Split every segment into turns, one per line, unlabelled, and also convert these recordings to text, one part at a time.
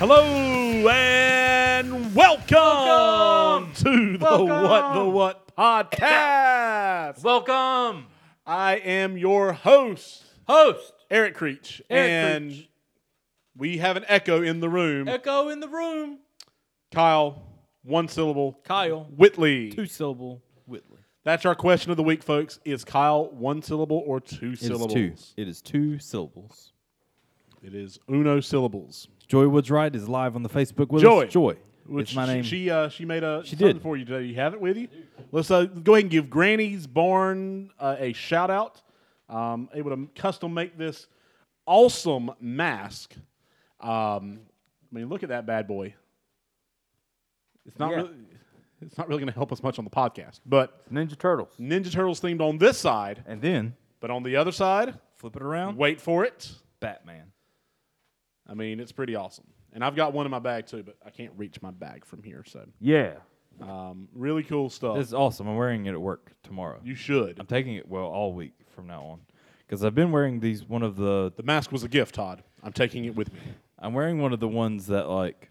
Hello and welcome,
Welcome.
to the
Welcome.
What the What podcast.
Welcome,
I am your host,
host.
Eric Creech,
Eric
and
Creech.
we have an echo in the room.
Echo in the room.
Kyle, one syllable.
Kyle,
Whitley.
two syllable. Whitley.
That's our question of the week, folks. Is Kyle one syllable or two
It is
syllables?
two. It is two syllables.
It is uno syllables.
Joy Woods Wright is live on the Facebook with
Joy.
us. Joy.
Which
it's my
she-
name.
She uh, she made a she
did.
for you today. You have it with you. Let's uh, go ahead and give Granny's Barn uh, a shout out. Um, able to custom make this awesome mask. Um, I mean, look at that bad boy. It's not
Yeah.
really, it's not really going to help us much on the podcast, but
Ninja Turtles.
Ninja Turtles themed on this side,
And then
but on the other side,
flip it around.
wait for it.
Batman.
I mean, it's pretty awesome. And I've got one in my bag too, but I can't reach my bag from here. So,
Yeah.
um, really cool stuff.
This is awesome. I'm wearing it at work tomorrow.
You should.
I'm taking it well all week from now on because I've been wearing these one of the
The mask was a gift, Todd. I'm taking it with me.
I'm wearing one of the ones that like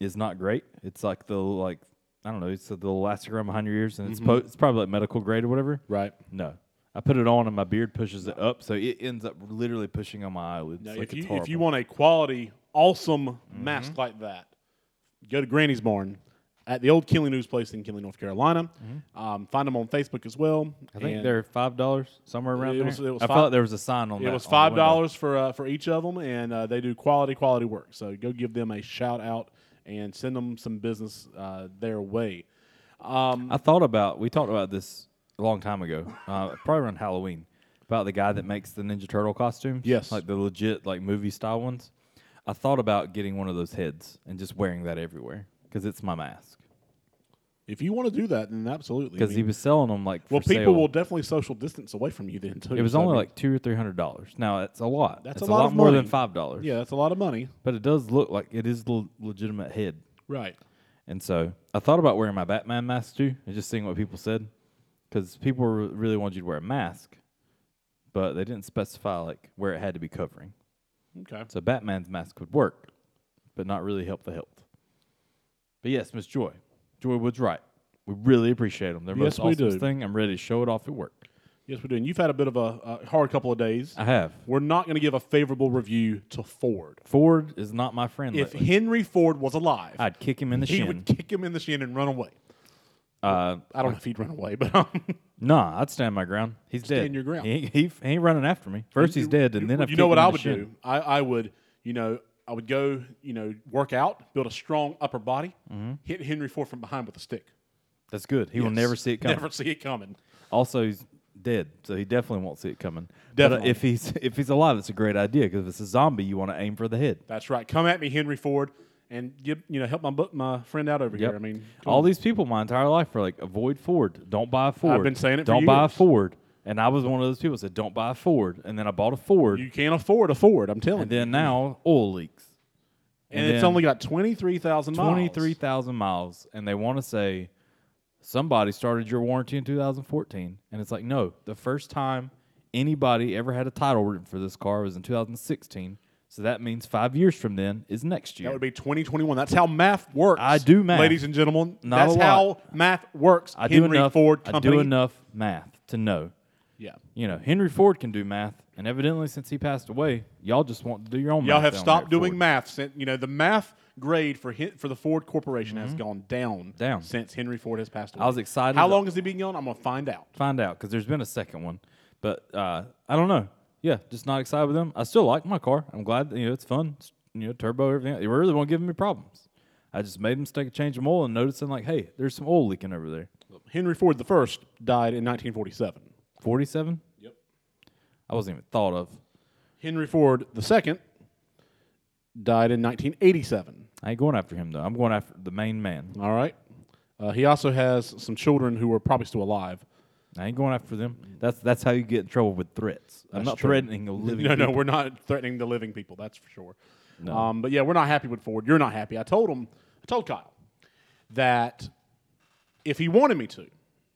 is not great. It's like the like I don't know. It's the little elastic around behind your ears, and it's po- it's probably like medical grade or whatever.
Right.
No. I put it on and my beard pushes it up, so it ends up literally pushing on my eyelids.
Now,
like
if, you,
it's
if you
horrible.
want a quality, awesome mask like that, go to Granny's Barn at the old Killing News place in Killing, North Carolina. Um, find them on Facebook as well.
I think
And
they're five dollars somewhere around
It
there.
was- it was
I
fi-
felt like there was a sign on
It
that
was
on the
five
window.
dollars for uh, for each of them, and uh, they do quality quality work. So go give them a shout out and send them some business uh, their way.
I thought about we talked about this a long time ago, uh, probably around Halloween, about the guy that makes the Ninja Turtle costumes.
Yes.
like the legit like movie style ones. I thought about getting one of those heads and just wearing that everywhere because it's my mask.
If you want to do that, then absolutely. I
Because he
mean,
was selling them like for
well, people
sale.
will definitely social distance away from you then too.
It was
So, I
only
mean,
like two or three hundred dollars. Now that's a lot.
That's
It's
a lot of
more
money.
than five dollars.
yeah, that's a lot of money,
but it does look like it is the legitimate head.
right?
And so I thought about wearing my Batman mask too, and just seeing what people said, because people were- really wanted you to wear a mask, but they didn't specify like where it had to be covering.
Okay.
So Batman's mask would work, but not really help the health. But yes, Miss Joy, Joy Wood's right. We really appreciate them. They're
Yes,
most
we
awesome
do.
thing. I'm ready to show it off at work.
Yes, we do. And you've had a bit of a, a hard couple of days.
I have.
We're not going to give a favorable review to Ford.
Ford is not my friend.
If
lately.
Henry Ford was alive,
I'd kick him in the
he
shin.
would kick him in the shin and run away.
uh,
I don't know if he'd run away, but um,
Nah, I'd stand my ground. He's dead.
your ground.
He, ain't- he, f- he ain't running after me. First he's dead, and then
you
I've
know
kicked
what
him in
I
the
would
shin.
do? I, I would, you know, I would go, you know, work out, build a strong upper body,
Mm-hmm.
hit Henry Ford from behind with a stick.
That's good. He will never see it coming.
Never see it coming.
Also, he's dead, so he definitely won't see it coming. But
Definitely.
uh, if he's if he's alive, it's a great idea because if it's a zombie, you want to aim for the head.
That's right. Come at me, Henry Ford, and give, you know, help my bu- my friend out over
Yep.
here. I mean, um,
all these people my entire life are like, avoid Ford. Don't buy a Ford.
been saying it for
Don't buy a
years.
Ford. And I was one of those people that said, don't buy a Ford. And then I bought a Ford.
you can't afford a Ford. I'm telling
and
you.
then now oil leaks.
And, it's
then-
only got twenty three thousand miles.
23,000 miles, and they want to say somebody started your warranty in 2014. And it's like, no, the first time anybody ever had a title written for this car was in 2016. So that means five years from then is next
That
year.
would be 2021. That's how math works.
I do math.
Ladies and gentlemen.
Not
that's
a lot.
how math works.
I do
Henry
enough.
Ford
I
Company.
do enough math to know.
Yeah.
You know, Henry Ford can do math, and evidently since he passed away, y'all just want to do your own.
Y'all
math
have
down
stopped
there at
doing
Ford.
math since you know the math grade for Hen- for the Ford Corporation has gone down,
Mm-hmm. Down.
since Henry Ford has passed away.
I was excited
How
that-
long has he been gone? I'm gonna find out.
find out because there's been a second one, but uh, I don't know. Yeah, just not excited with them. I still like my car. I'm glad that, you know it's fun. It's, you know, turbo everything. It really won't give me problems. I just made a mistake of changing oil and noticing like, hey, there's some oil leaking over there.
Henry Ford the first died in 1947.
Forty-seven.
Yep.
I wasn't even thought of.
Henry Ford the second died in 1987.
I ain't going after him though. I'm going after the main man.
All right. Uh, he also has some children who are probably still alive.
I ain't going after them. That's that's how you get in trouble with threats. I'm
That's
not
true.
threatening a living.
no,
people.
no, we're not threatening the living people. That's for sure. Um, but yeah, we're not happy with Ford. You're not happy. I told him. I told Kyle that if he wanted me to,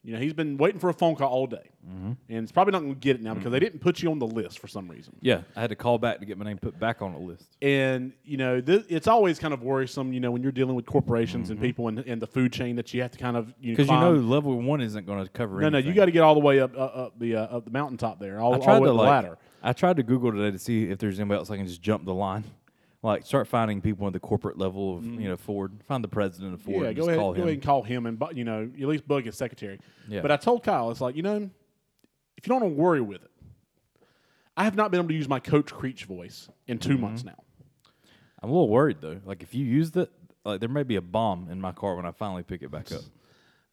You know, he's been waiting for a phone call all day,
Mm-hmm.
and it's probably not going to get it now because they didn't put you on the list for some reason.
Yeah, I had to call back to get my name put back on the list.
And you know, th- it's always kind of worrisome. You know, when you're dealing with corporations and people and, and the food chain that you have to kind of you
Because Mm-hmm. you
climb.
know, level one isn't going to cover.
no, no, you
anything.
got to get all the way up, uh, up the uh, up the mountaintop there, all,
I
all
tried
the way
to
up the
like.
ladder.
I tried to Google today to see if there's anybody else I can just jump the line, like start finding people in the corporate level of you know Ford, find the president of Ford,
Mm. Yeah,
and
go
just
ahead,
call
go
him.
ahead and call him, and bu- you know, at least bug his secretary.
Yeah.
But I told Kyle, it's like you know, if you don't want to worry with it, I have not been able to use my Coach Creech voice in
Mm-hmm.
2 months now.
I'm a little worried though. Like if you used it, like there may be a bomb in my car when I finally pick it back up.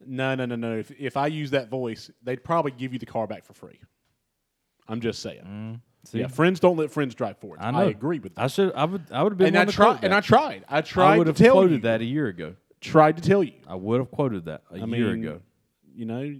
No, no, no, no. If if I use that voice, they'd probably give you the car back for free. I'm just saying.
See?
Yeah, friends don't let friends drive for it.
Mm-hmm. I know.
agree with that.
I should. I would. I would have been.
and I
one to quote
tried. And I
that.
tried. I tried
I would
to
have
tell
quoted
you.
that a year ago.
Tried to tell you.
I would have quoted that a
I mean,
year ago.
You know.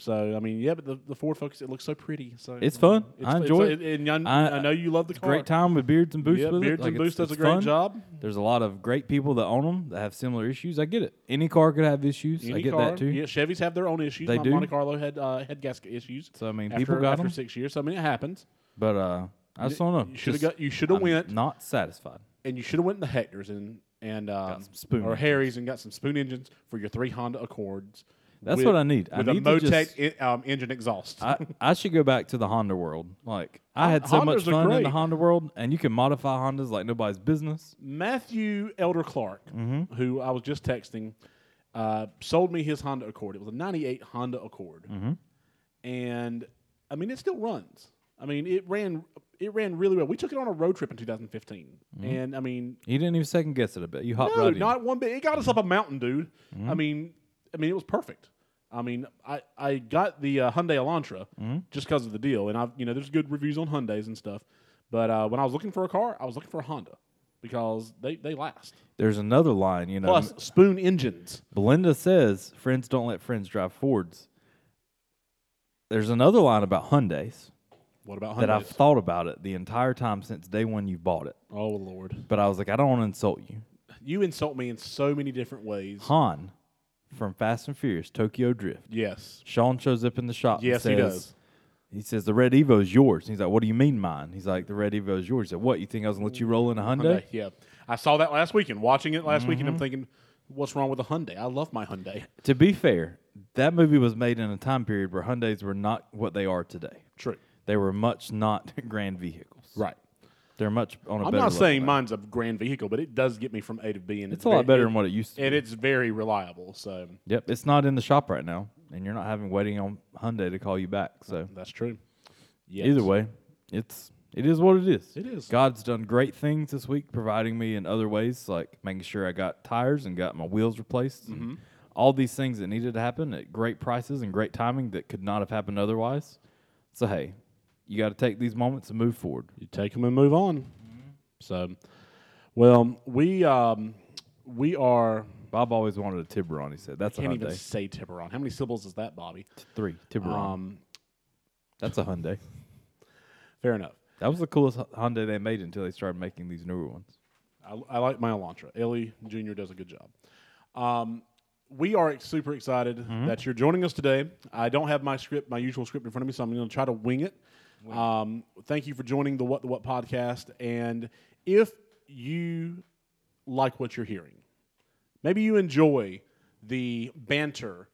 So I mean, yeah, but the, the Ford Focus it looks so pretty. So
It's fun. I enjoy
it's- and I,
I-
I know you love the car.
Great time with Beards and Boost.
Yeah,
with it.
Beards
Like,
and
it's-
Boost does a
it's
great
fun.
job.
There's a lot of great people that own them that have similar issues. I get it. Any car could have issues. I
Any
get
car.
that too.
Yeah, Chevys have their own issues.
They
My
do.
Monte Carlo had uh, head gasket issues.
So I mean,
after,
people got
after
them,
six years. So I mean, it happens.
but uh, I just don't know.
You should have
Just-
got. You should have
I'm
went.
Not satisfied.
and you should have went to Hector's and and um,
some spoon
or
engines.
Harry's and got some spoon engines for your three Honda Accords.
That's what I need. I
With a
need to
Motec
just-
i- um, engine exhaust.
I, I should go back to the Honda world. Like I had so
Hondas
much
are
fun in
great.
the Honda world, and you can modify Hondas like nobody's business.
Matthew Elder Clark, who I was just texting, uh, sold me his Honda Accord. It was a '98 Honda Accord, and I mean it still runs. I mean it ran it ran really well. We took it on a road trip in 2015, and I mean
You didn't even second guess it a bit. You hopped
No,
right in.
not one bit. It got us up a mountain, dude. I mean, I mean, it was perfect. I mean, I, I got the uh, Hyundai Elantra just because of the deal, and I you know there's good reviews on Hyundais and stuff. But uh, when I was looking for a car, I was looking for a Honda because they they last.
There's another line, you know.
Plus spoon engines.
Belinda says, "Friends don't let friends drive Fords." There's another line about Hyundai's
What about
that I've
Hyundais?
thought about it the entire time since day one you bought it.
Oh Lord,
But I was like, I don't want to insult you.
you insult me in so many different ways.
Han from Fast and Furious Tokyo Drift.
Yes,
Sean shows up in the shop. and
yes, he
says-
does.
He says the red Evo is yours. And he's like, "What do you mean mine?" He's like, "The red Evo is yours." He said, "What? You think I was gonna let you roll in a Hyundai?" Mm-hmm.
Hyundai, yeah, I saw that last weekend. Watching it last weekend, I'm thinking, what's wrong with a Hyundai? I love my Hyundai.
To be fair, that movie was made in a time period where Hyundai's were not what they are today.
True.
They were much not grand vehicles.
Right.
They're much on a
I'm
better
not
level
saying
now.
mine's a grand vehicle, but it does get me from A to B, and
It's a lot better than what it used to.
and
be.
it's very reliable. So
Yep, it's not in the shop right now, and you're not having waiting on Hyundai to call you back. So
that's true. Yes.
either way, it's it is what it is.
It is.
God's done great things this week, providing me in other ways, like making sure I got tires and got my wheels replaced, and all these things that needed to happen at great prices and great timing that could not have happened otherwise. So hey, you got to take these moments and move forward.
you take them and move on.
Mm-hmm.
So, well, we um, we are.
Bob always wanted a Tiburon. He said that's a
Can't even
Hyundai.
say Tiburon. How many syllables is that, Bobby?
Three Tiburon.
Um,
that's a Hyundai.
fair enough.
That was the coolest Hy- Hyundai they made until they started making these newer ones.
I, I like my Elantra. Ellie Jr. does a good job. Um, we are ex- super excited that you're joining us today. I don't have my script, my usual script in front of me, so I'm going to try to wing it. Um, thank you for joining the What the What podcast. And if you like what you're hearing, maybe you enjoy the banter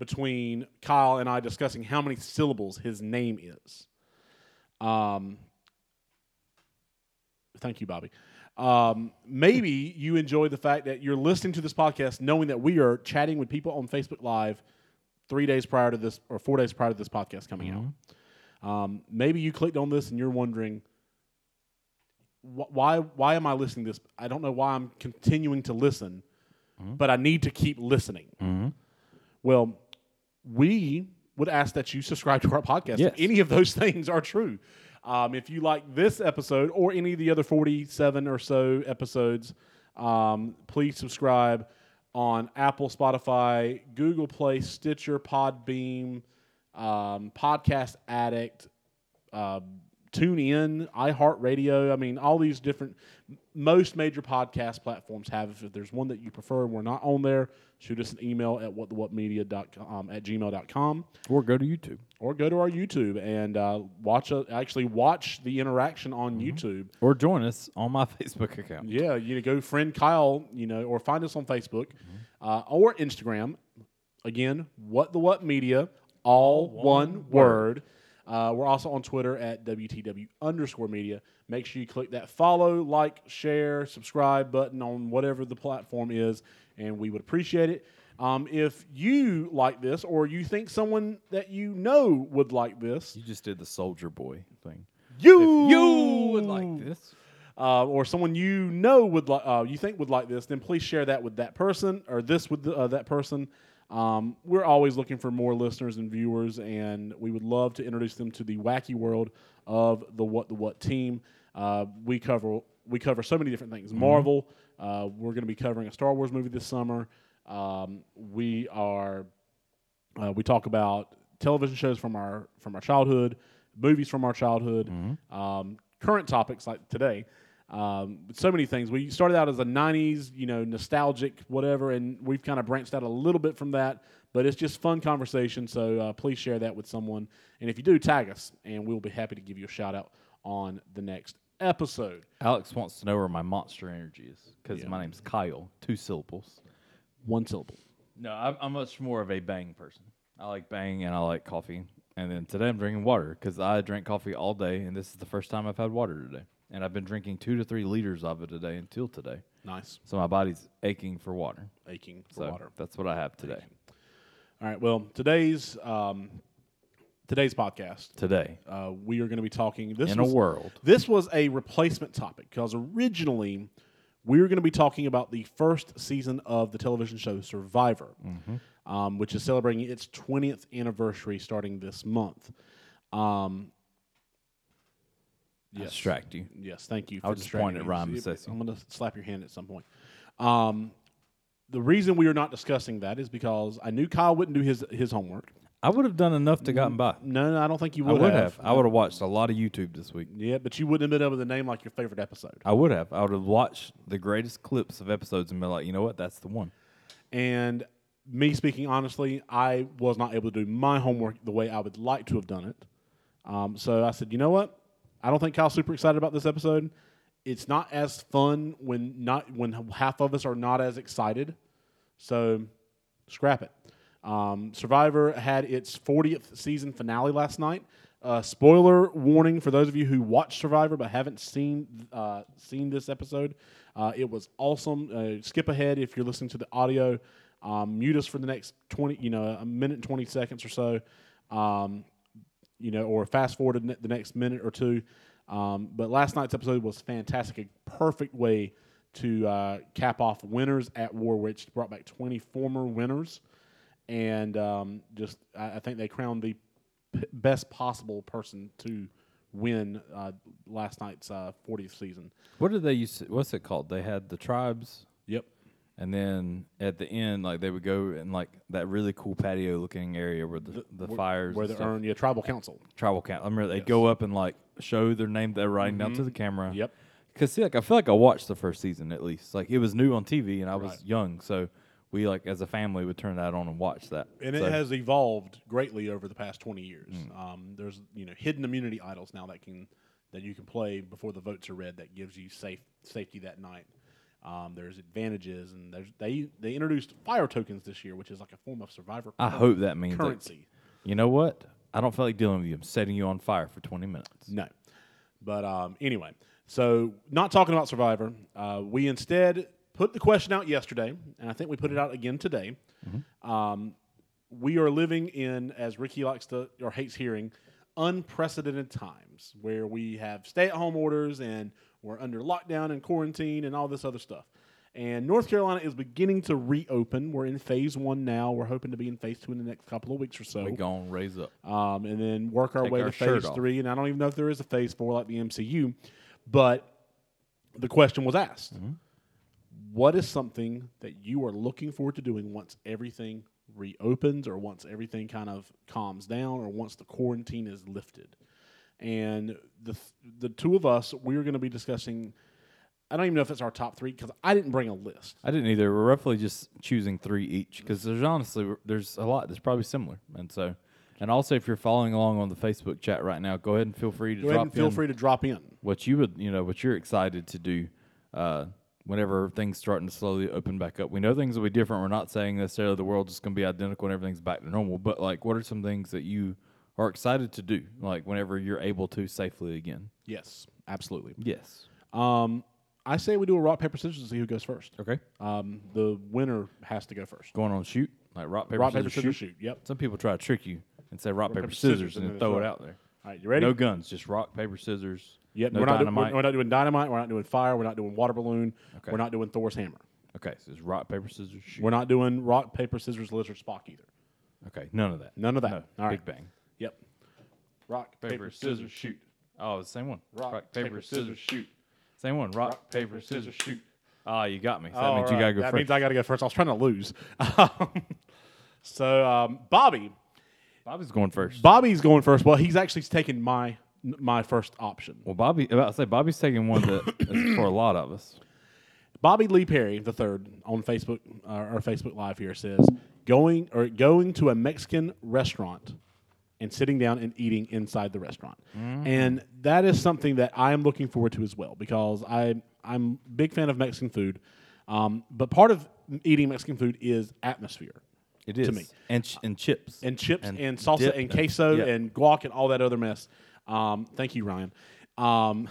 between Kyle and I discussing how many syllables his name is. Um, Thank you, Bobby. Um, maybe you enjoy the fact that you're listening to this podcast knowing that we are chatting with people on Facebook Live three days prior to this or four days prior to this podcast coming out. Um, maybe you clicked on this and you're wondering, wh- why, why am I listening to this? I don't know why I'm continuing to listen, but I need to keep listening. Well, we would ask that you subscribe to our podcast
Yes.
if any of those things are true. Um, if you like this episode or any of the other 47 or so episodes, um, please subscribe on Apple, Spotify, Google Play, Stitcher, Podbeam, um, Podcast Addict, uh, tune in, iHeartRadio. I mean, all these different, most major podcast platforms have. If there's one that you prefer and we're not on there, shoot us an email at whatthewhatmedia.com at gmail.com
Or go to YouTube.
or go to our YouTube and uh, watch a, actually watch the interaction on YouTube.
Or join us on my Facebook account.
Yeah, you know, go friend Kyle, you know, or find us on Facebook uh, or Instagram. Again, what the what media, all one word. Uh, we're also on Twitter at WTW underscore media. Make sure you click that follow, like, share, subscribe button on whatever the platform is, and we would appreciate it. Um, if you like this or you think someone that you know would like this,
You just did the soldier boy thing.
you,
this.
uh, or someone you know would like, uh, you think would like this, then please share that with that person or this with the, uh, that person. Um, we're always looking for more listeners and viewers, and we would love to introduce them to the wacky world of the What the What team. Uh, we cover we cover so many different things. Marvel. Uh, we're going to be covering a Star Wars movie this summer. Um, we are uh, we talk about television shows from our from our childhood, movies from our childhood, um, current topics like today. Um, so many things. We started out as a '90s, you know, nostalgic whatever, and we've kind of branched out a little bit from that. But it's just fun conversation. So uh, please share that with someone, and if you do, tag us, and we'll be happy to give you a shout out on the next episode.
Alex wants to know where my monster energy is because my name's Kyle. Two syllables.
One syllable.
No, I'm, I'm much more of a bang person. I like bang and I like coffee. And then today I'm drinking water because I drank coffee all day and this is the first time I've had water today. And I've been drinking two to three liters of it a day until today.
Nice.
So my body's aching for water.
Aching for
So
water.
that's what I have today.
All right. Well, today's um, today's podcast.
Today.
uh, we are going to be talking this
In a
was,
world.
This was a replacement topic because originally we were going to be talking about the first season of the television show Survivor,
Mm-hmm.
um, which is celebrating its 20th anniversary starting this month. Um,
I distract you.
Yes, thank you.
I
for
was just pointing
distracting me.
at Ryan
It-
Bissessy.
I'm going to slap your hand at some point. Um, the reason we are not discussing that is because I knew Kyle wouldn't do his his homework.
I would have done enough to gotten by.
No, no I don't think you
I
would,
would have. I would have watched a lot of YouTube this week.
Yeah, but you wouldn't have been able to name like your favorite episode.
I would have. I would have watched the greatest clips of episodes and been like, you know what? That's the one.
And me speaking honestly, I was not able to do my homework the way I would like to have done it. Um, so I said, you know what? I don't think Kyle's super excited about this episode. It's not as fun when not when half of us are not as excited. So scrap it. Um, Survivor had its 40th season finale last night. Uh, spoiler warning for those of you who watch Survivor but haven't seen uh, seen this episode. Uh, it was awesome. Uh, skip ahead if you're listening to the audio. Um, mute us for the next 20, you know, a minute and 20 seconds or so. Um, you know, or fast forward ne- the next minute or two. Um, but last night's episode was fantastic, a perfect way to uh, cap off winners at war, which brought back 20 former winners. And um, just, I, I think they crowned the p- best possible person to win uh, last night's uh, 40th season.
What did they use? to- What's it called? They had the tribes,
Yep.
and then at the end, like they would go in like that really cool patio looking area where the, the, fires
Where
and
they
stuff-
earn, yeah, tribal council.
tribal count. I remember they'd go up and like show their name that they're writing down to the camera.
Mm-hmm. Yep.
Cause see, like I feel like I watched the first season at least. Like it was new on TV and I was young, so we like as a family would turn that on and watch that.
and
So- Hmm.
it has evolved greatly over the past 20 years. Um, there's you know hidden immunity idols now that can that you can play before the votes are read that gives you safe safety that night. Um, there's advantages and there's they they introduced fire tokens this year, which is like a form of survivor.
I hope that means that-
currency.
you know what? I don't feel like dealing with you. I'm setting you on fire for 20 minutes.
No. But um, anyway, so not talking about Survivor. Uh, we instead put the question out yesterday, and I think we put it out again today. Um, we are living in, as Ricky likes to or hates hearing, unprecedented times where we have stay at home orders and we're under lockdown and quarantine and all this other stuff. And North Carolina is beginning to reopen. We're in phase one now. We're hoping to be in phase two in the next couple of weeks or so
We gonna raise up.
um, and then work our
Take
way
our
to
shirt
phase
off.
three. And I don't even know if there is a phase four like the MCU, but the question was asked:
Mm-hmm.
What is something that you are looking forward to doing once everything reopens, or once everything kind of calms down, or once the quarantine is lifted? and the the two of us we are going to be discussing. I don't even know if it's our top three because I didn't bring a list.
I didn't either. We're roughly just choosing three each because there's honestly there's a lot that's probably similar, and so and also if you're following along on the Facebook chat right now, go ahead and feel free to
Go
drop
ahead and feel
in
free to drop in.
what you would you know what you're excited to do uh, whenever things starting to slowly open back up. We know things will be different. We're not saying necessarily the world's just going to be identical and everything's back to normal, but like what are some things that you are excited to do like whenever you're able to safely again?
Yes, absolutely.
Yes.
Um, I say we do a rock paper scissors to see who goes first.
Okay.
Um, the winner has to go first.
Going on shoot like rock paper
rock
scissors,
paper scissors shoot. Yep.
Some people try to trick you and say rock, paper,
paper,
scissors,
scissors,
and
and then
then throw
throw
it
it.
out there.
All right, you ready?
No guns, just rock paper scissors.
Yep.
no
we're, not doing,
dynamite.
we're, we're not doing dynamite. We're not doing fire. We're not doing water balloon.
Okay.
We're not doing Thor's hammer.
okay, so it's rock paper scissors shoot.
We're not doing rock paper scissors lizard Spock either.
okay, none of that.
None of that.
No,
All
Big
right.
bang.
Yep. Rock paper, scissors shoot.
Oh, it's the same one.
Rock, paper, scissors shoot.
Same one. Rock, paper scissors shoot. Oh, you got me. So that means you gotta go
that
first.
means I gotta go first. I was trying to lose. so um, Bobby,
Bobby's going first.
Bobby's going first. Well, he's actually taking my my first option.
well, Bobby. I say Bobby's taking one that is for a lot of us.
Bobby Lee Perry the third on Facebook uh, our Facebook Live here says going or going to a Mexican restaurant and sitting down and eating inside the restaurant,
Mm-hmm.
and that is something that I am looking forward to as well because I I'm a big fan of Mexican food, um, but part of eating Mexican food is atmosphere
It is
to me
and ch- and chips
and chips and,
dip
salsa and queso
yeah.
and guac and all that other mess. Um, thank you, Ryan. Um,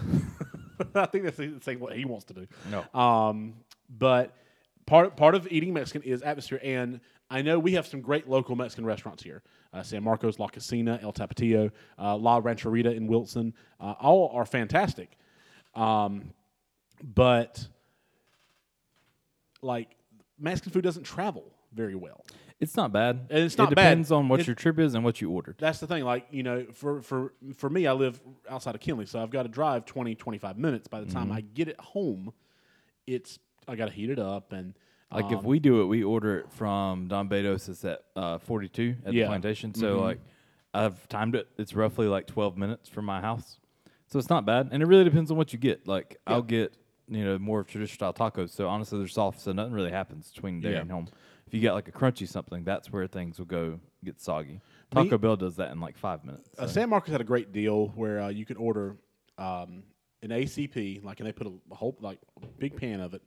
I think that's the same what he wants to do.
No.
Um, but part part of eating Mexican is atmosphere, and I know we have some great local Mexican restaurants here: uh, San Marcos, La Casina, El Tapatio, uh, La Rancherita in Wilson. Uh, all are fantastic, um, but like Mexican food doesn't travel very well.
It's not bad.
And it's
it
not bad.
depends on what
It's-
your trip is and what you ordered.
That's the thing. Like, you know, for, for, for me, I live outside of Kinley, so I've got to drive 20, 25 minutes. By the time
Mm-hmm.
I get it home, it's, I got to heat it up. And uh,
Like
Um,
if we do it, we order it from Don Bedos. It's at uh, 42 at the
Yeah. Mm-hmm.
plantation. So like, I've timed it. It's roughly like 12 minutes from my house, so it's not bad. And it really depends on what you get. Like I'll get you know more traditional style tacos. So honestly, they're soft, so nothing really happens between there
Yeah.
and home. If you get like a crunchy something, that's where things will go get soggy. Taco Bell does that in like five minutes.
uh, San Marcos had a great deal where uh, you could order um, an ACP, like, and they put a whole, like, big pan of it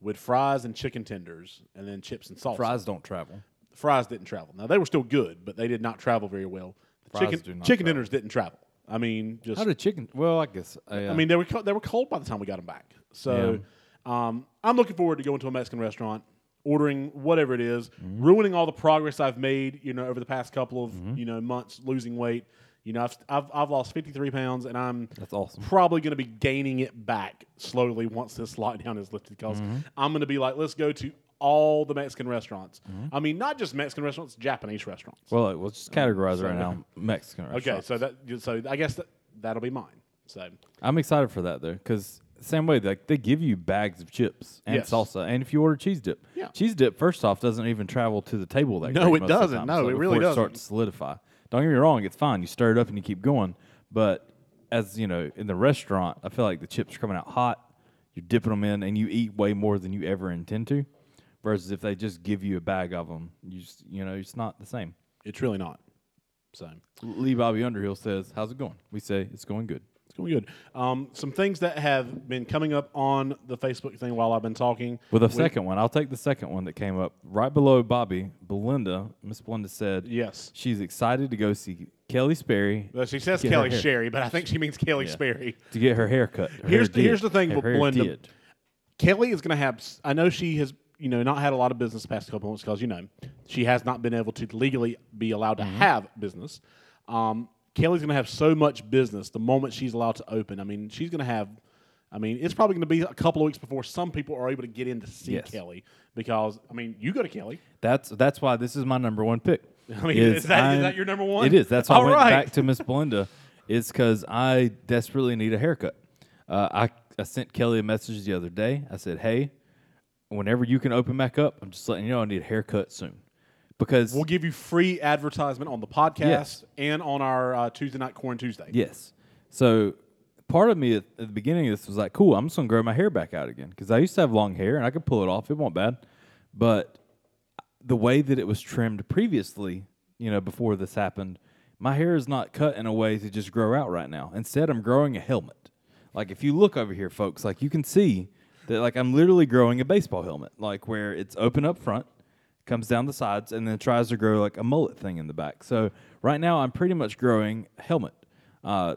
with fries and chicken tenders and then chips and salsa.
Mm-hmm. Fries don't travel.
fries didn't travel. Now, they were still good, but they did not travel very well. The
Fries
chicken
do not
chicken
travel.
dinners didn't travel. I mean, just
How did chicken? Well, I guess. Uh, yeah.
I mean, they were co- they were cold by the time we got them back. So, um, I'm looking forward to going to a Mexican restaurant, ordering whatever it is,
Mm-hmm.
ruining all the progress I've made, you know, over the past couple of you know months losing weight. You know, I've I've, I've lost 53 pounds, and I'm
that's awesome.
probably going to be gaining it back slowly once this lockdown is lifted. Because
Mm-hmm.
I'm going to be like, let's go to all the Mexican restaurants. I mean, not just Mexican restaurants, Japanese restaurants.
Mm-hmm. Well, like, let's just categorize it right now. Mexican.
okay,
restaurants.
so that so I guess that, that'll be mine. So
I'm excited for that though, because same way, like they give you bags of chips and
Yes.
salsa, and if you order cheese dip,
Yeah.
cheese dip first off doesn't even travel to the table that
No, it
great most of the
doesn't.
time,
No,
so
it
before
really doesn't.
starts to solidify. Don't get me wrong, it's fine. You stir it up and you keep going, but as you know, in the restaurant, I feel like the chips are coming out hot. You're dipping them in, and you eat way more than you ever intend to. Versus if they just give you a bag of them, you just, you know it's not the same.
it's really not. So.
Lee Bobby Underhill says, "How's it going?" We say, "It's going good."
It's going good. Um, some things that have been coming up on the Facebook thing while I've been talking.
With a second one, I'll take the second one that came up right below Bobby. Belinda, Miss Belinda said,
Yes.
she's excited to go see Kelly Sperry
Well, she says
Get her
Kelly
hair.
Sherry, but I think she means Kelly Sperry.
to get her hair cut. Her
Here's
hair
the- here's
did.
the thing
Her
with
hair
Belinda.
did.
Kelly is going to have. s- I know she has, you know, not had a lot of business the past couple months because you know she has not been able to legally be allowed to
Mm-hmm.
have business. Um, Kelly's going to have so much business the moment she's allowed to open. I mean, she's going to have. I mean, it's probably going to be a couple of weeks before some people are able to get in to see
Yes.
Kelly because I mean, you go to Kelly.
That's that's why this is my number one pick.
I mean, is that- is
I'm-
that your number one?
It is. That's why I
All
went
right.
back to Miss Belinda. Is because I desperately need a haircut. Uh, I I sent Kelly a message the other day. I said, "Hey, whenever you can open back up, I'm just letting you know I need a haircut soon." Because
We'll give you free advertisement on the podcast
Yes.
and on our uh, Tuesday night Corn Tuesday.
Yes. So part of me at, at the beginning of this was like, cool, I'm just gonna grow my hair back out again because I used to have long hair and I could pull it off. It wasn't bad, but the way that it was trimmed previously, you know, before this happened, my hair is not cut in a way to just grow out right now. Instead, I'm growing a helmet. Like if you look over here, folks, like you can see that like I'm literally growing a baseball helmet, like where it's open up front, comes down the sides, and then tries to grow like a mullet thing in the back. So right now, I'm pretty much growing a helmet. Uh,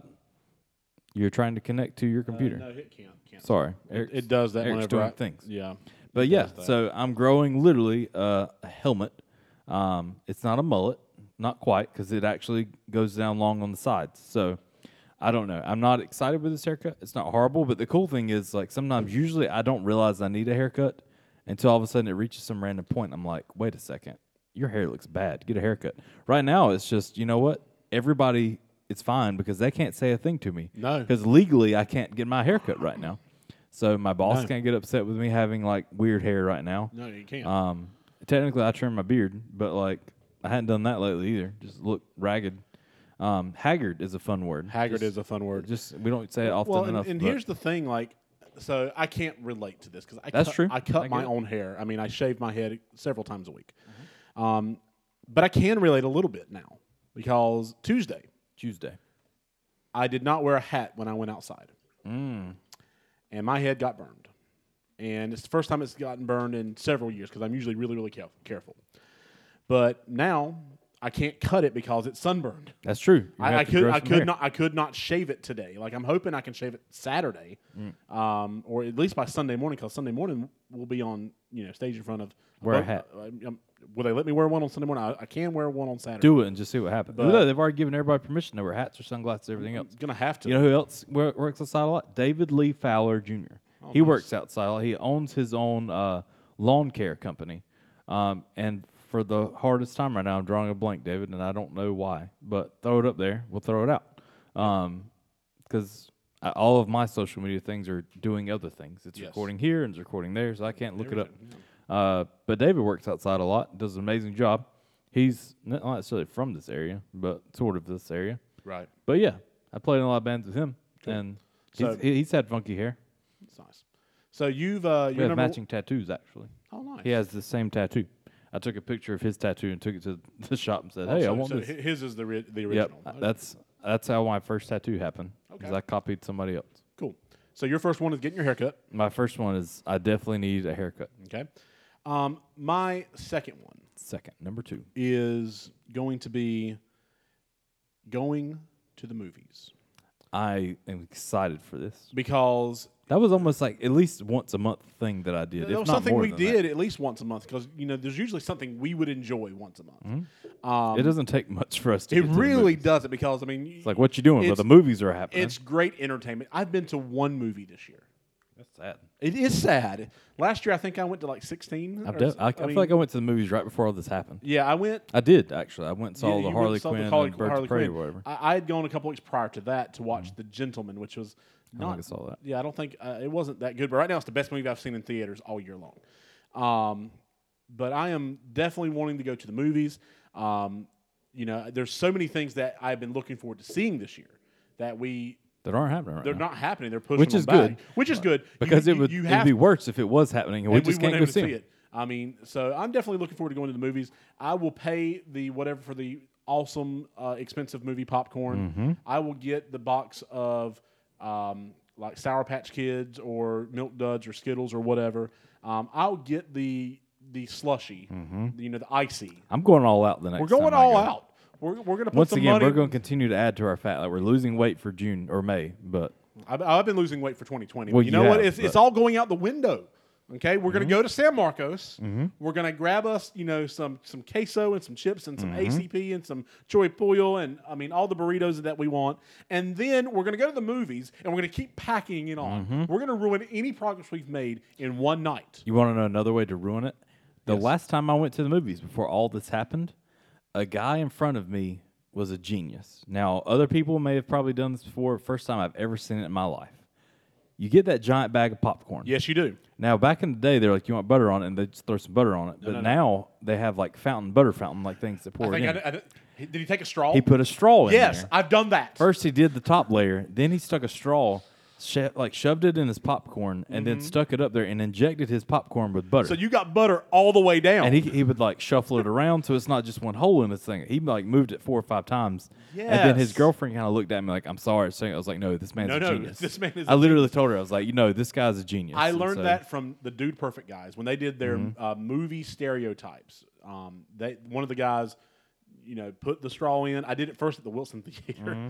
you're trying to connect to your computer.
Uh, No, it can't. can't.
Sorry, Eric's-
It does that
Eric's
whenever
doing
I-
things.
Yeah.
But yeah, so I'm growing literally uh, a helmet. Um, it's not a mullet, not quite, because it actually goes down long on the sides. So I don't know. I'm not excited with this haircut. It's not horrible, but the cool thing is, like, sometimes usually I don't realize I need a haircut until all of a sudden it reaches some random point. I'm like, wait a second, your hair looks bad. Get a haircut. Right now, it's just, you know what? Everybody, it's fine because they can't say a thing to me.
No.
Because legally, I can't get my haircut right now. So my boss can't get upset with me having like weird hair right now.
No, you can't.
Um, technically, I trimmed my beard, but like I hadn't done that lately either. Just look ragged. Um, haggard is a fun word.
Haggard
Just-
is a fun word.
Just we don't say it often
well, and,
enough.
and
but
here's the thing, like, so I can't relate to this because I
That's
cut,
true.
I
I
cut
get
my
it.
own hair. I mean, I shave my head several times a week,
Mm-hmm.
um, but I can relate a little bit now because Tuesday
Tuesday.
I did not wear a hat when I went outside,
Mm.
and my head got burned, and it's the first time it's gotten burned in several years because I'm usually really really caref- careful, but now I can't cut it because it's sunburned.
That's true. You're
I,
gonna
I
have to
could
grow
I
some
could
hair.
not I could not shave it today. Like I'm hoping I can shave it Saturday,
Mm.
um, or at least by Sunday morning. Because Sunday morning we'll be on you know stage in front of
Wear a
but-
hat.
uh, um, will they let me wear one on Sunday morning? I, I can wear one on Saturday.
do it and just see what happens.
But- Mm-hmm.
Although they've already given everybody permission to wear hats or sunglasses, everything else.
gonna have to.
You know who else wor- works outside a lot? David Lee Fowler Jr.
Oh,
he works outside. a lot. He owns his own uh, lawn care company. Um, and for the hardest time right now, I'm drawing a blank, David, and I don't know why. But throw it up there. We'll throw it out. Because I all of my social media things are doing other things. It's
Yes.
recording here and it's recording there, so I can't look it up. Uh, but David works outside a lot, does an amazing job. He's not necessarily from this area, but sort of this area.
right.
But yeah, I played in a lot of bands with him, and he's,
So-
he- he's had funky hair.
It's nice. So you've uh,
We
you're
have
number
matching tattoos actually.
Oh, nice.
He has the same tattoo. I took a picture of his tattoo and took it to the shop and said,
Oh,
"Hey, I
so-
want
so
this."
hi- His is the ri- the
Yep, Uh,
original. Okay,
that's that's how my first tattoo happened because
Okay.
I copied somebody else.
cool. So your first one is getting your haircut.
My first one is I definitely need a haircut.
Okay. Um, my second one
Second, number two.
is going to be going to the movies
I am excited for this.
because
That was almost like at least once a month thing that I did.
That
if
was
not
something
more
we
than
did at least once a month because you know there's usually something we would enjoy once a month. Um,
That. It doesn't take much for us to.
It
Mm-hmm. get to the
really
movies.
doesn't because I mean,
It's like what you doing, but
it's-
the movies are happening.
it's great entertainment. I've been to one movie this year.
that's sad.
It is sad. Last year I think I went to like 16.
I've
or
def-
so-
I, I, feel
mean,
like I went to the movies right before all this happened.
yeah, I went.
I did actually. I went and saw
you-
the
you went
Harley
and saw the
Quinn
Harley-
and Birds
Harley
of Prey
Quinn.
or whatever. Mm.
I, I had gone a couple weeks prior to that to watch The Gentleman, which was not.
I saw that.
Yeah, I don't think uh, it wasn't that good, but right now it's the best movie I've seen in theaters all year long. Um, but I am definitely wanting to go to the movies. Um, you know, there's so many things that I've been looking forward to seeing this year that we
That aren't happening right
they're
now.
not happening. They're pushing
Which
them
is
back,
good.
which is good You-
because
you,
it would
you
it'd
have
be worse if it was happening and we
and
just
weren't
can't go
able to
see,
see
it.
it. I mean, so I'm definitely looking forward to going to the movies. I will pay the whatever for the awesome, uh, expensive movie popcorn.
Mm-hmm.
I will get the box of um, like Sour Patch Kids or Milk Duds or Skittles or whatever. Um, I'll get the the slushy,
Mm-hmm.
you know, the icy.
I'm going all out the next.
We're going
time I
all
go.
out. We're, we're gonna put
Once
some
again,
money.
we're going to continue to add to our fat. Like we're losing weight for June or May, but
I've, I've been losing weight for 2020.
Well,
you know
you
what? It's,
have,
it's
but- Mm-hmm.
all going out the window. Okay, we're gonna go to San Marcos. We're gonna grab us, you know, some some queso and some chips and some
Mm-hmm.
ACP and some choy pollo and I mean all the burritos that we want. And then we're gonna go to the movies and we're gonna keep packing it on.
Mm-hmm.
We're gonna ruin any progress we've made in one night.
You want to know another way to ruin it? The last time I went to the movies before all this happened, a guy in front of me was a genius. Now, other people may have probably done this before. First time I've ever seen it in my life. You get that giant bag of popcorn.
Yes, you do.
Now, back in the day, they're like, you want butter on it, and they just throw some butter on it. but now they have like fountain, butter fountain, like things that pour
I
it
think I,
in.
d- I d- He- Did he take a straw?
He put a straw in
yes,
there.
I've done that.
First, he did the top layer. Then he stuck a straw, sho- like shoved it in his popcorn, and then stuck it up there and injected his popcorn with butter.
Mm-hmm. so you got butter all the way down.
and he, he would like shuffle it around so it's not just one hole in this thing. He like moved it four or five times. And then his
Yes.
girlfriend kind of looked at me like, "I'm sorry." So I was like, "No, this man's
No,
a
no,
genius."
this man is
I
a
literally told her I was like, "You know, this guy's a Mm-hmm. genius."
I
And
learned
so-
that from the Dude Perfect guys when they did their uh, movie stereotypes. Um, they one of the guys, you know, put the straw in. I did it first at the Wilson Theater,
Mm-hmm.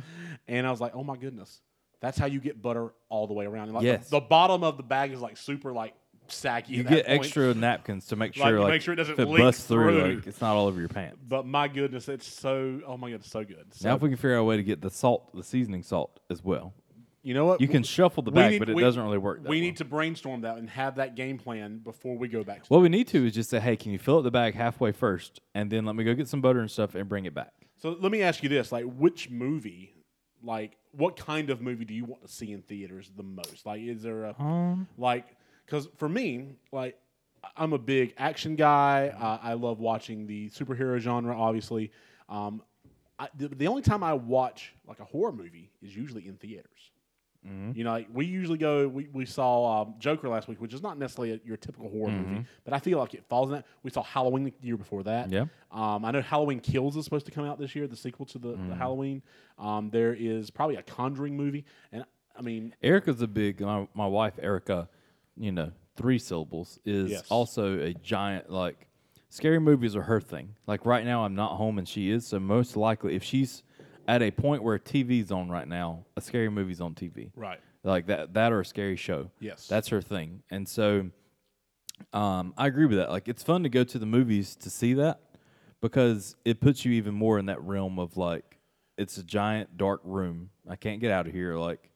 and I was like, oh my goodness, that's how you get butter all the way around. And like the-
Yes.
the, bottom of the bag is like super like saggy.
You
at that
get
point.
extra napkins to make
Like,
sure,
you
like,
make sure it doesn't
if it
leak
busts through,
through.
like it's not all over your pants.
But my goodness, it's so oh my god, it's so good. So,
Now, if we can figure out a way to get the salt, the seasoning salt as well,
you know what?
you can shuffle the
We
bag,
need-
but it
we-
doesn't really work. That
we
well.
need to brainstorm that and have that game plan before we go back. To
What we need to is just say, "Hey, can you fill up the bag halfway first, and then let me go get some butter and stuff and bring it back."
So let me ask you this: like, which movie, like, what kind of movie do you want to see in theaters the most? Like, is there a like? Because for me, like, I- I'm a big action guy. I I love watching the superhero genre, obviously. Um, I, the, the only time I watch like a horror movie is usually in theaters. You know, like we usually go. We, we saw um, Joker last week, which is not necessarily a, your typical horror movie, but I feel like it falls in that. We saw Halloween the year before that.
Yeah.
Um, I know Halloween Kills is supposed to come out this year, the sequel to the, the Halloween. Um, there is probably a Conjuring movie, and I mean,
Erica's a big my, my wife Erica, you know, three syllables is
Yes.
also a giant like scary movies are her thing. Like right now I'm not home and she is, so most likely if she's at a point where TV's on right now, a scary movie's on TV.
Right.
Like that that or a scary show.
Yes.
That's her thing. And so um I agree with that. Like it's fun to go to the movies to see that because it puts you even more in that realm of like it's a giant dark room. I can't get out of here like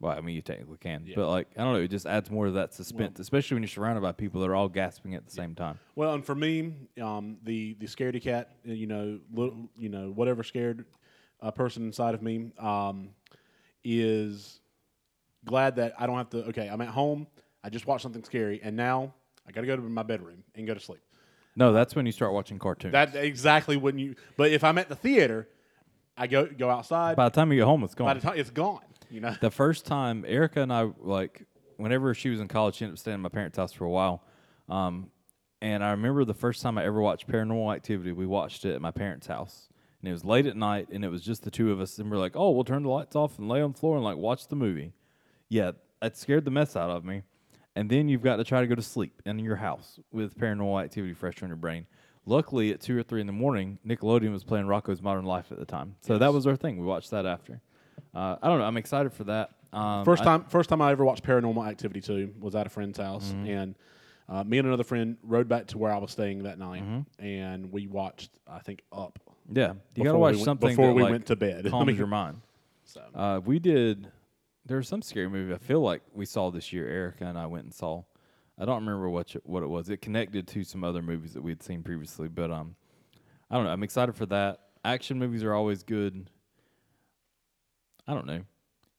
well, I mean, you technically can, but like I don't know, it just adds more to that suspense, especially when you're surrounded by people that are all gasping at the same time.
well, and for me, um, the the scaredy cat, uh, you know, little, you know, whatever scared uh, person inside of me um, is glad that I don't have to. Okay, I'm at home. I just watched something scary, and now I got to go to my bedroom and go to sleep.
No, that's when you start watching cartoons.
That's exactly when you. But if I'm at the theater, I go go outside.
by the time you get home, it's
by
gone.
the time it's gone, you know.
the first time Erica and I like whenever she was in college, she ended up staying at my parents' house for a while. Um, and I remember the first time I ever watched Paranormal Activity, we watched it at my parents' house. And it was late at night and it was just the two of us and we're like, Oh, we'll turn the lights off and lay on the floor and like watch the movie. Yeah, that scared the mess out of me. And then you've got to try to go to sleep in your house with paranormal activity fresh on your brain. Luckily, at two or three in the morning, Nickelodeon was playing Rocco's Modern Life at the time, so that was our thing. We watched that after. Uh, I don't know. I'm excited for that. Um,
First
I-
time, first time I ever watched Paranormal Activity two was at a friend's house,
Mm-hmm.
and uh, me and another friend rode back to where I was staying that night,
Mm-hmm.
and we watched, I think, Up.
yeah, you
before
gotta
we
watch
went-
something
before
that,
we
like,
went to bed. I
Calms
mean-
your mind.
So
Uh, we did. There was some scary movie. I feel like we saw this year. Erica and I went and saw. I don't remember what what it was. It connected to some other movies that we had seen previously, but um, I don't know. I'm excited for that. Action movies are always good. I don't know.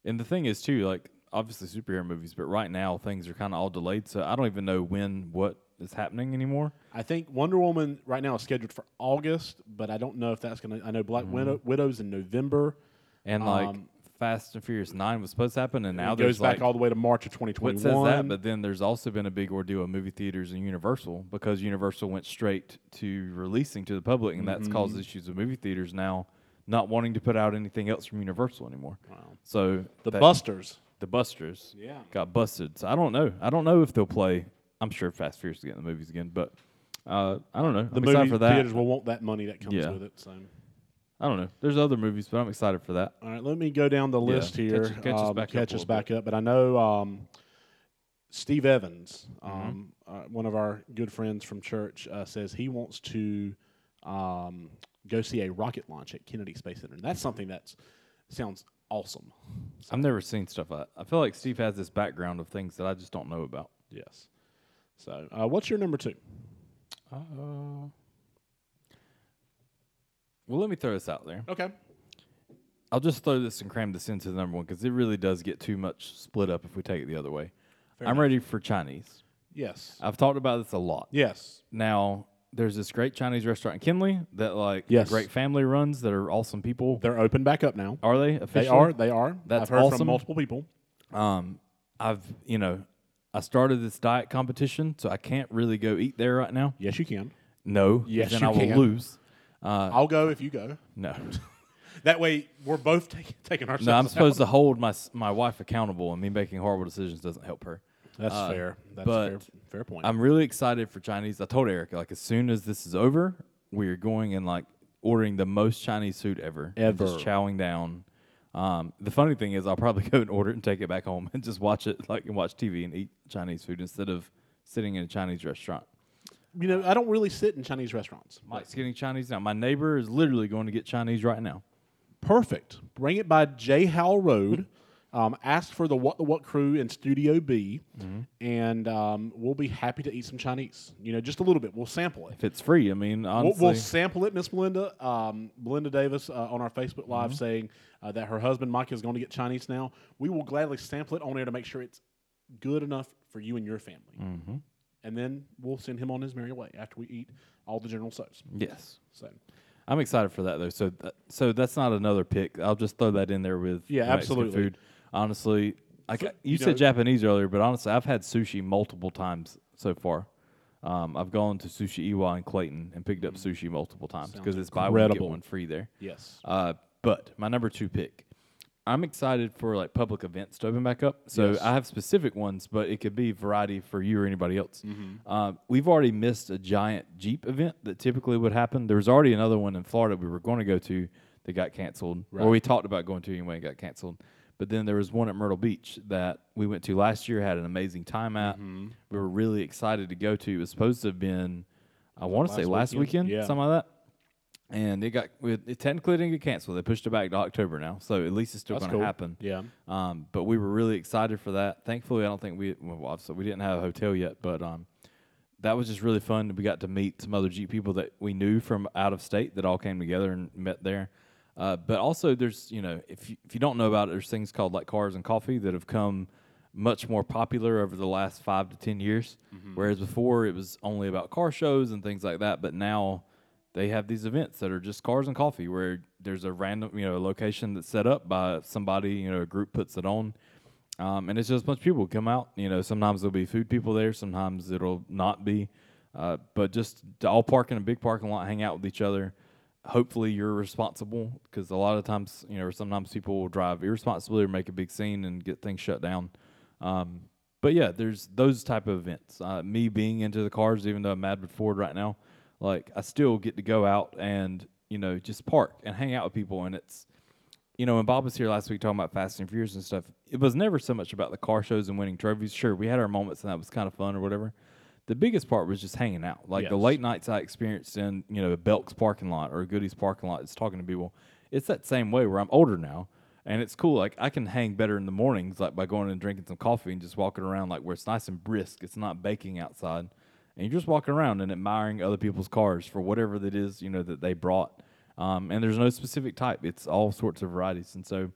And the thing is too, like obviously superhero movies, but right now things are kind of all delayed, so I don't even know when what is happening anymore.
I think Wonder Woman right now is scheduled for August, but I don't know if that's gonna. I know
Mm-hmm.
Black Widow, Widow's in November.
And like
Um,
Fast and Furious Nine was supposed to happen, and now
it
there's
goes back
like,
all the way to March of
What
2021.
says that? But then there's also been a big ordeal of movie theaters and Universal because Universal went straight to releasing to the public, and that's
Mm-hmm.
caused issues with movie theaters now not wanting to put out anything else from Universal anymore. Wow. So
the
that-
Busters.
the Busters,
Yeah.
got busted. So I don't know. I don't know if they'll play. I'm sure Fast Furious is getting the movies again, but uh, I don't know.
The
I'm excited
movie
for that.
theaters will want that money that comes
Yeah.
with it. So,
I don't know. There's other movies, but I'm excited for that.
all right, let me go down the list
catch
here.
us- catch us
um,
back up
catch
a
us
little
back up. But I know um, Steve Evans,
Mm-hmm.
um, uh, one of our good friends from church, uh, says he wants to um, go see a rocket launch at Kennedy Space Center. And that's something that sounds awesome.
I've never seen stuff like. I feel like Steve has this background of things that I just don't know about.
Yes. So, uh, what's your number two?
Uh, well, let me throw this out there.
Okay.
I'll just throw this and cram this into the number one because it really does get too much split up if we take it the other way. I'm ready for Chinese.
Yes.
Uh, I've talked about this a lot.
yes.
Now, there's this great Chinese restaurant in Kinley that like
Yes.
great family runs that are awesome people.
They're open back up now.
Are they
They
officially?
are. They are.
That's
I've heard
awesome.
from multiple people.
Um, I've you know, I started this diet competition, so I can't really go eat there right now.
Yes, you can.
No, 'cause
Yes,
then
you
I will
can.
lose. Uh,
I'll go if you go.
no,
That way, we're both taking taking ourselves.
no, I'm
out.
supposed to hold my s- my wife accountable, and me making horrible decisions doesn't help her.
That's
Uh,
fair. That's
but
fair, fair point.
I'm really excited for Chinese. I told Eric like as soon as this is over, we're going and like ordering the most Chinese food ever, and just
Ever.
chowing down. Um, the funny thing is, I'll probably go and order it and take it back home and just watch it like and watch TV and eat Chinese food instead of sitting in a Chinese restaurant.
you know, I don't really sit in Chinese restaurants.
Mike's getting Chinese now. My neighbor is literally going to get Chinese right now.
Perfect. Bring it by J. Howell Road. Um, ask for the What the What crew in Studio B,
Mm-hmm.
and um, we'll be happy to eat some Chinese. You know, just a little bit. We'll sample it.
If it's free, I mean,
We'll,
honestly,
we'll sample it, Miss Belinda. Um, Belinda Davis uh, on our Facebook Live
Mm-hmm.
saying uh, that her husband Mike is going to get Chinese now. We will gladly sample it on air to make sure it's good enough for you and your family.
Mm-hmm.
And then we'll send him on his merry way after we eat all the General So's.
yes,
So,
I'm excited for that though. So, th- so that's not another pick. I'll just throw that in there with
Yeah,
Mexican
absolutely.
Food. Honestly, like
Fu-
I- you,
you
said
know-
Japanese earlier, but honestly, I've had sushi multiple times so far. Um, I've gone to Sushi Iwa in Clayton and picked up sushi multiple times because it's buy one get
Mm. incredible.
one free there.
yes.
Uh, but my number two pick, I'm excited for like public events to open back up. So
Yes.
I have specific ones, but it could be variety for you or anybody else.
Mm-hmm.
Uh, we've already missed a giant Jeep event that typically would happen. There was already another one in Florida we were going to go to that got canceled, or we talked about going to anyway and got canceled. But then there was one at Myrtle Beach that we went to last year, had an amazing time at.
Mm-hmm.
We were really excited to go to. It was supposed to have been, I want to say last weekend,
weekend, yeah.
something like that and it got it it technically didn't get canceled. They pushed it back to October now, so at least it's still
That's
going to
cool.
happen.
Yeah.
Um, but we were really excited for that. Thankfully, I don't think we well, obviously we didn't have a hotel yet, but um, that was just really fun. We got to meet some other Jeep people that we knew from out of state that all came together and met there. Uh, but also, there's you know if you, if you don't know about it, there's things called like cars and coffee that have come much more popular over the last five to ten years. Whereas before it was only about car shows and things like that, but now they have these events that are just cars and coffee where there's a random you know location that's set up by somebody you know a group puts it on um, and it's just a bunch of people come out you know sometimes there'll be food people there sometimes it'll not be uh, but just to all park in a big parking lot hang out with each other hopefully you're responsible because a lot of times you know sometimes people will drive irresponsibly or make a big scene and get things shut down um, but yeah, there's those type of events. Uh, me being into the cars, even though I'm mad with Ford right now, like I still get to go out and you know just park and hang out with people, and it's you know when Bob was here last week talking about Fast and Furious and stuff, it was never so much about the car shows and winning trophies. Sure, we had our moments and that was kind of fun or whatever. The biggest part was just hanging out, like the
Yes.
late nights I experienced in you know Belk's parking lot or Goody's parking lot, just talking to people. It's that same way where I'm older now. And it's cool. Like I can hang better in the mornings, like by going and drinking some coffee and just walking around, like where it's nice and brisk. It's not baking outside, and you're just walking around and admiring other people's cars for whatever that is, you know, that they brought. Um, and there's no specific type. It's all sorts of varieties. And so,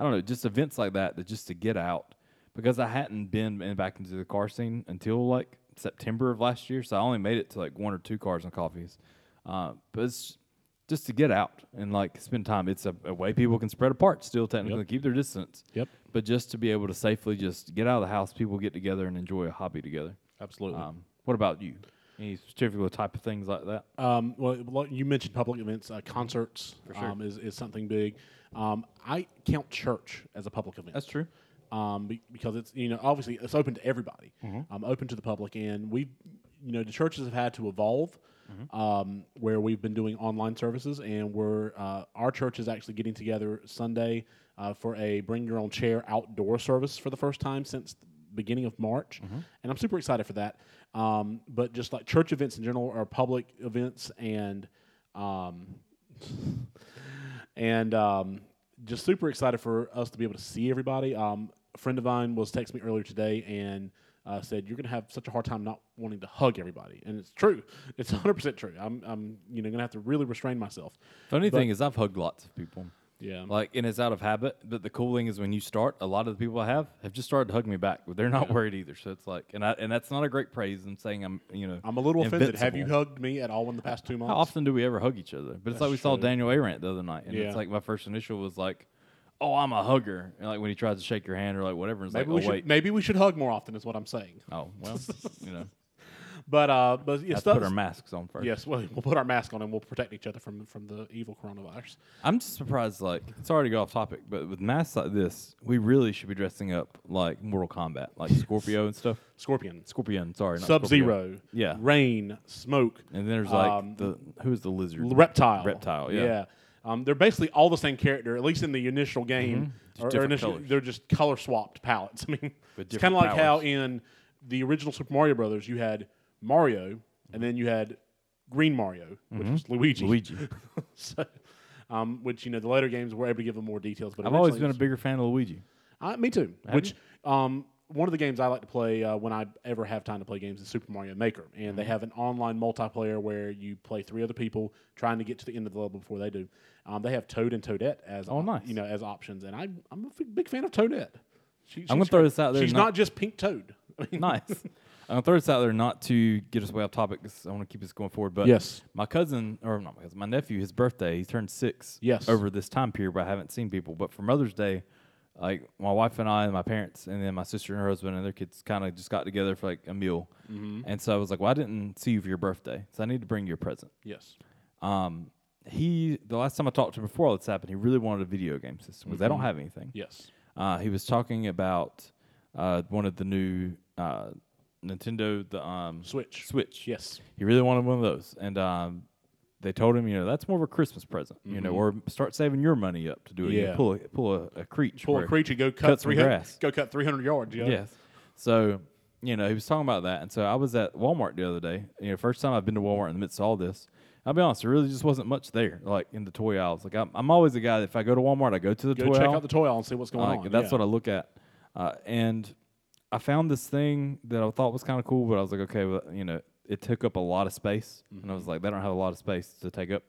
I don't know, just events like that, that just to get out, because I hadn't been in back into the car scene until like September of last year. So I only made it to like one or two cars and coffees. Uh, but it's just to get out and like spend time. It's a, a way people can spread apart still technically keep their distance.
Yep.
But just to be able to safely just get out of the house, people get together and enjoy a hobby together.
Absolutely.
Um, what about you? Any particular type of things like that?
Um, well, like you mentioned public events, uh, concerts um, is, is something big. Um, I count church as a public event.
That's true.
Um, be- because it's you know obviously it's open to everybody, um, open to the public, and we, you know, the churches have had to evolve, um, where we've been doing online services, and we're uh, our church is actually getting together Sunday uh, for a bring your own chair outdoor service for the first time since beginning of March, and I'm super excited for that. Um, but just like church events in general are public events, and um, and um, just super excited for us to be able to see everybody. Um, a friend of mine was texting me earlier today and uh, said, "You're gonna have such a hard time not wanting to hug everybody," and it's true. It's 100 percent true. I'm, I'm, you know, gonna have to really restrain myself.
Funny
But-
thing is, I've hugged lots of people.
Yeah.
Like, and it's out of habit. But the cool thing is when you start, a lot of the people I have have just started hugging me back. But they're not worried either. So it's like, and I, and that's not a great praise. I'm saying I'm, you know,
I'm a little offended. Have you
invincible.
hugged me at all in the past two months?
How often do we ever hug each other? But it's like we saw
true.
Daniel Arant the other night, and
Yeah.
it's like my first initial was like, "Oh, I'm a hugger," and like when he tries to shake your hand or like whatever, it's
Maybe
like,
we
"Oh
should.
wait,
Maybe we should hug more often. Is what I'm saying.
oh well, you know,
But uh, but yes,
let's put
that's-
our masks on first.
yes, well, we'll put our mask on and we'll protect each other from from the evil coronavirus.
I'm just surprised. Like, sorry to go off topic, but with masks like this, we really should be dressing up like Mortal Kombat, like Scorpio and stuff.
Scorpion,
Scorpion, sorry, not Scorpio.
Sub Zero,
Yeah.
Rain, Smoke,
And then there's like
Um,
the who's the lizard?
L- reptile.
Reptile, yeah.
Um, they're basically all the same character, at least in the initial game.
Mm-hmm. Just
or- or,
different
initial,
colors.
they're just color swapped palettes. I mean,
With
it's kind
different
of like how
powers.
in the original Super Mario Brothers, you had Mario, and then you had Green Mario, which was Luigi.
Mm-hmm. Luigi.
so, um, which you know, the later games were able to give them more details. But
I've always
originally it
been a bigger fan of Luigi.
was- I- Uh, me too. which um, one of the games I like to play uh, when I ever have time to play games is Super Mario Maker, and
Mm-hmm.
they have an online multiplayer where you play three other people trying to get to the end of the level before they do. Um, they have Toad and Toadette as
Oh,
op-
nice.
you know as options, and I, I'm a f- big fan of Toadette. She, she's
gonna throw
great.
this out there,
She's
not-
not, just Pink Toad. I mean,
nice. I'm gonna throw this out there not to get us way off topic 'cause I want to keep this going forward. But
Yes.
my cousin or not my cousin, my nephew, his birthday, he turned six.
Yes.
over this time period, but I haven't seen people. But for Mother's Day, like my wife and I and my parents and then my sister and her husband and their kids kind of just got together for like a meal.
Mm-hmm.
And so I was like, well, I didn't see you for your birthday, so I need to bring you a present.
yes,
Um, he the last time I talked to him before all this happened, he really wanted a video game system because they
Mm-hmm.
don't have anything.
yes,
Uh, he was talking about uh, one of the new uh, Nintendo the um,
Switch.
Switch.
yes,
He really wanted one of those, and um, they told him, you know, that's more of a Christmas present, you know, or start saving your money up to do it. You
Mm-hmm. Yeah.
pull a, pull a, a creech.
pull
where-
a creature, go
cut
cut
some
three hundred,
grass.
go cut three hundred yards. Yeah.
Yes. So, you know, he was talking about that. And so I was at Walmart the other day. You know, first time I've been to Walmart in the midst of all this. I'll be honest, there really just wasn't much there, like in the toy aisles. Like, I'm, I'm always a guy that if I go to Walmart, I go to the
Go
toy
check
aisle.
out the toy aisle and see what's going
Like,
on.
That's
yeah.
what I look at. Uh, and I found this thing that I thought was kind of cool, but I was like, okay, well, you know, it took up a lot of space. And I
Mm-hmm.
was like, they don't have a lot of space to take up.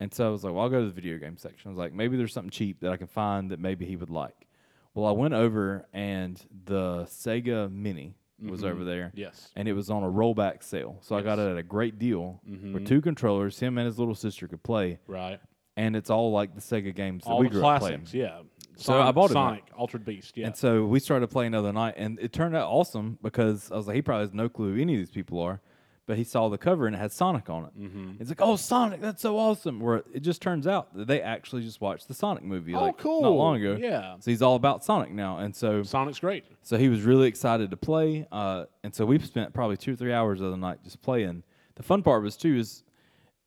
And so I was like, well, I'll go to the video game section. I was like, maybe there's something cheap that I can find that maybe he would like. Well, I went over and the Sega Mini was over there.
Mm-hmm. Yes.
And it was on a rollback sale. So I got it at a great deal
Mm-hmm.
where two controllers, him and his little sister, could play.
right.
And it's all like the Sega games that
All
we
the
grew up playing.
classics. Yeah.
So I bought him that.
Sonic, Altered Beast. Yeah.
And so we started playing the other night, and it turned out awesome because I was like, he probably has no clue who any of these people are, but he saw the cover and it had Sonic on it.
Mm-hmm.
He's like, oh, Sonic, that's so awesome. Where it just turns out that they actually just watched the Sonic movie
Oh,
like not
cool.
long ago.
Yeah.
So he's all about Sonic now. And so
Sonic's great.
so he was really excited to play. Uh, and so we spent probably two or three hours of the night just playing. The fun part was too is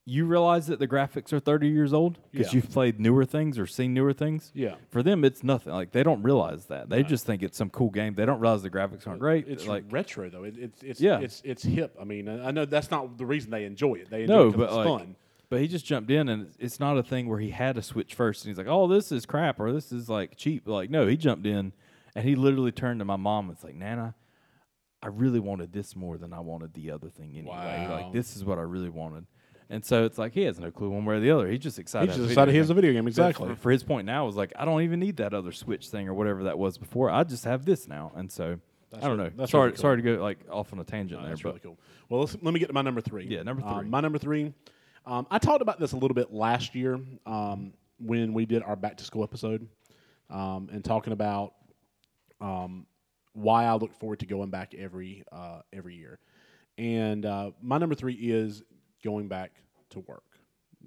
you realize that the graphics are 30 years old because
Yeah.
you've played newer things or seen newer things.
Yeah.
For them, it's nothing. Like they don't realize that. They just think it's some cool game. They don't realize the graphics aren't great.
It's
like
retro though. It, it's it's
Yeah.
it's it's hip. I mean, I I know that's not the reason they enjoy it. They enjoy
no,
it 'cause
but
it's
like,
fun.
but he just jumped in, and it's- it's not a thing where he had to switch first, and he's like, "Oh, this is crap," or "This is like cheap." Like, no, he jumped in, and he literally turned to my mom and was like, "Nana, I really wanted this more than I wanted the other thing anyway.
Wow.
Like, this is what I really wanted." And so it's like he has no clue one way or the other. He's just excited.
He's
to have
just
video
excited.
game.
Here's a video game.
But f-
Exactly.
For, his point now was like, I don't even need that other Switch thing or whatever that was before. I just have this now, and so I don't
really-
know.
that's
sorry,
really cool.
sorry to go like off on a tangent there,
That's
but
really cool. Well, let's, let me get to my number three.
Yeah, number
Um,
three.
my number three. Um, I talked about this a little bit last year um, when we did our back to school episode um, and talking about um, why I look forward to going back every uh, every year. And uh, my number three is going back to work.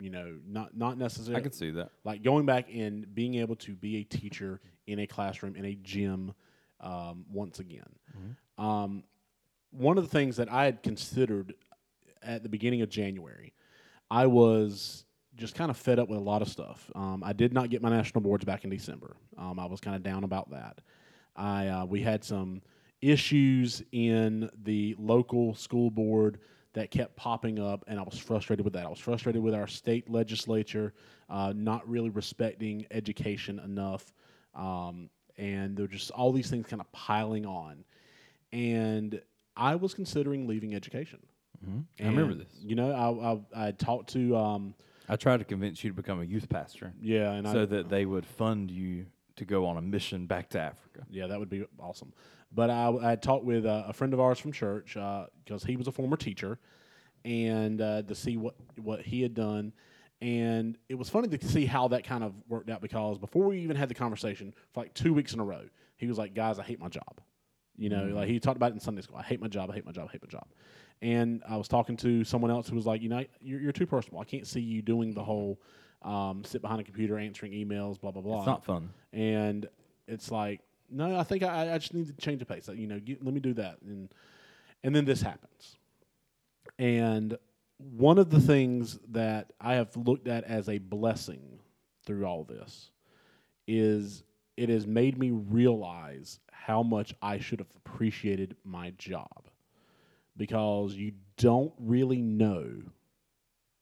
You know, not not necessarily.
I can see that.
like going back and being able to be a teacher in a classroom in a gym um, once again. Um, one of the things that I had considered at the beginning of January, I was just kind of fed up with a lot of stuff. Um, I did not get my national boards back in December. Um, I was kind of down about that. I uh, we had some issues in the local school board that kept popping up, and I was frustrated with that. I was frustrated with our state legislature uh, not really respecting education enough, um, and there were just all these things kind of piling on. And I was considering leaving education.
I remember
And,
this.
You know, I I, I had talked to um,
I tried to convince you to become a youth pastor
Yeah, and I,
so that they would fund you to go on a mission back to Africa.
Yeah, that would be awesome. But I, I had talked with uh, a friend of ours from church because he was a former teacher, and uh, to see what what he had done, and it was funny to see how that kind of worked out because before we even had the conversation, for like two weeks in a row, he was like, "Guys, I hate my job." You know,
Mm.
like he talked about it in Sunday school. I hate my job. I hate my job. I hate my job. And I was talking to someone else who was like, you know, you're, you're too personal. I can't see you doing
Mm-hmm.
the whole um, sit behind a computer answering emails, blah blah blah
It's not fun.
Um, and it's like no i think i, I just need to change the pace Like, you know you, let me do that and and then this happens and one of the things that i have looked at as a blessing through all this is it has made me realize how much i should have appreciated my job because you don't really know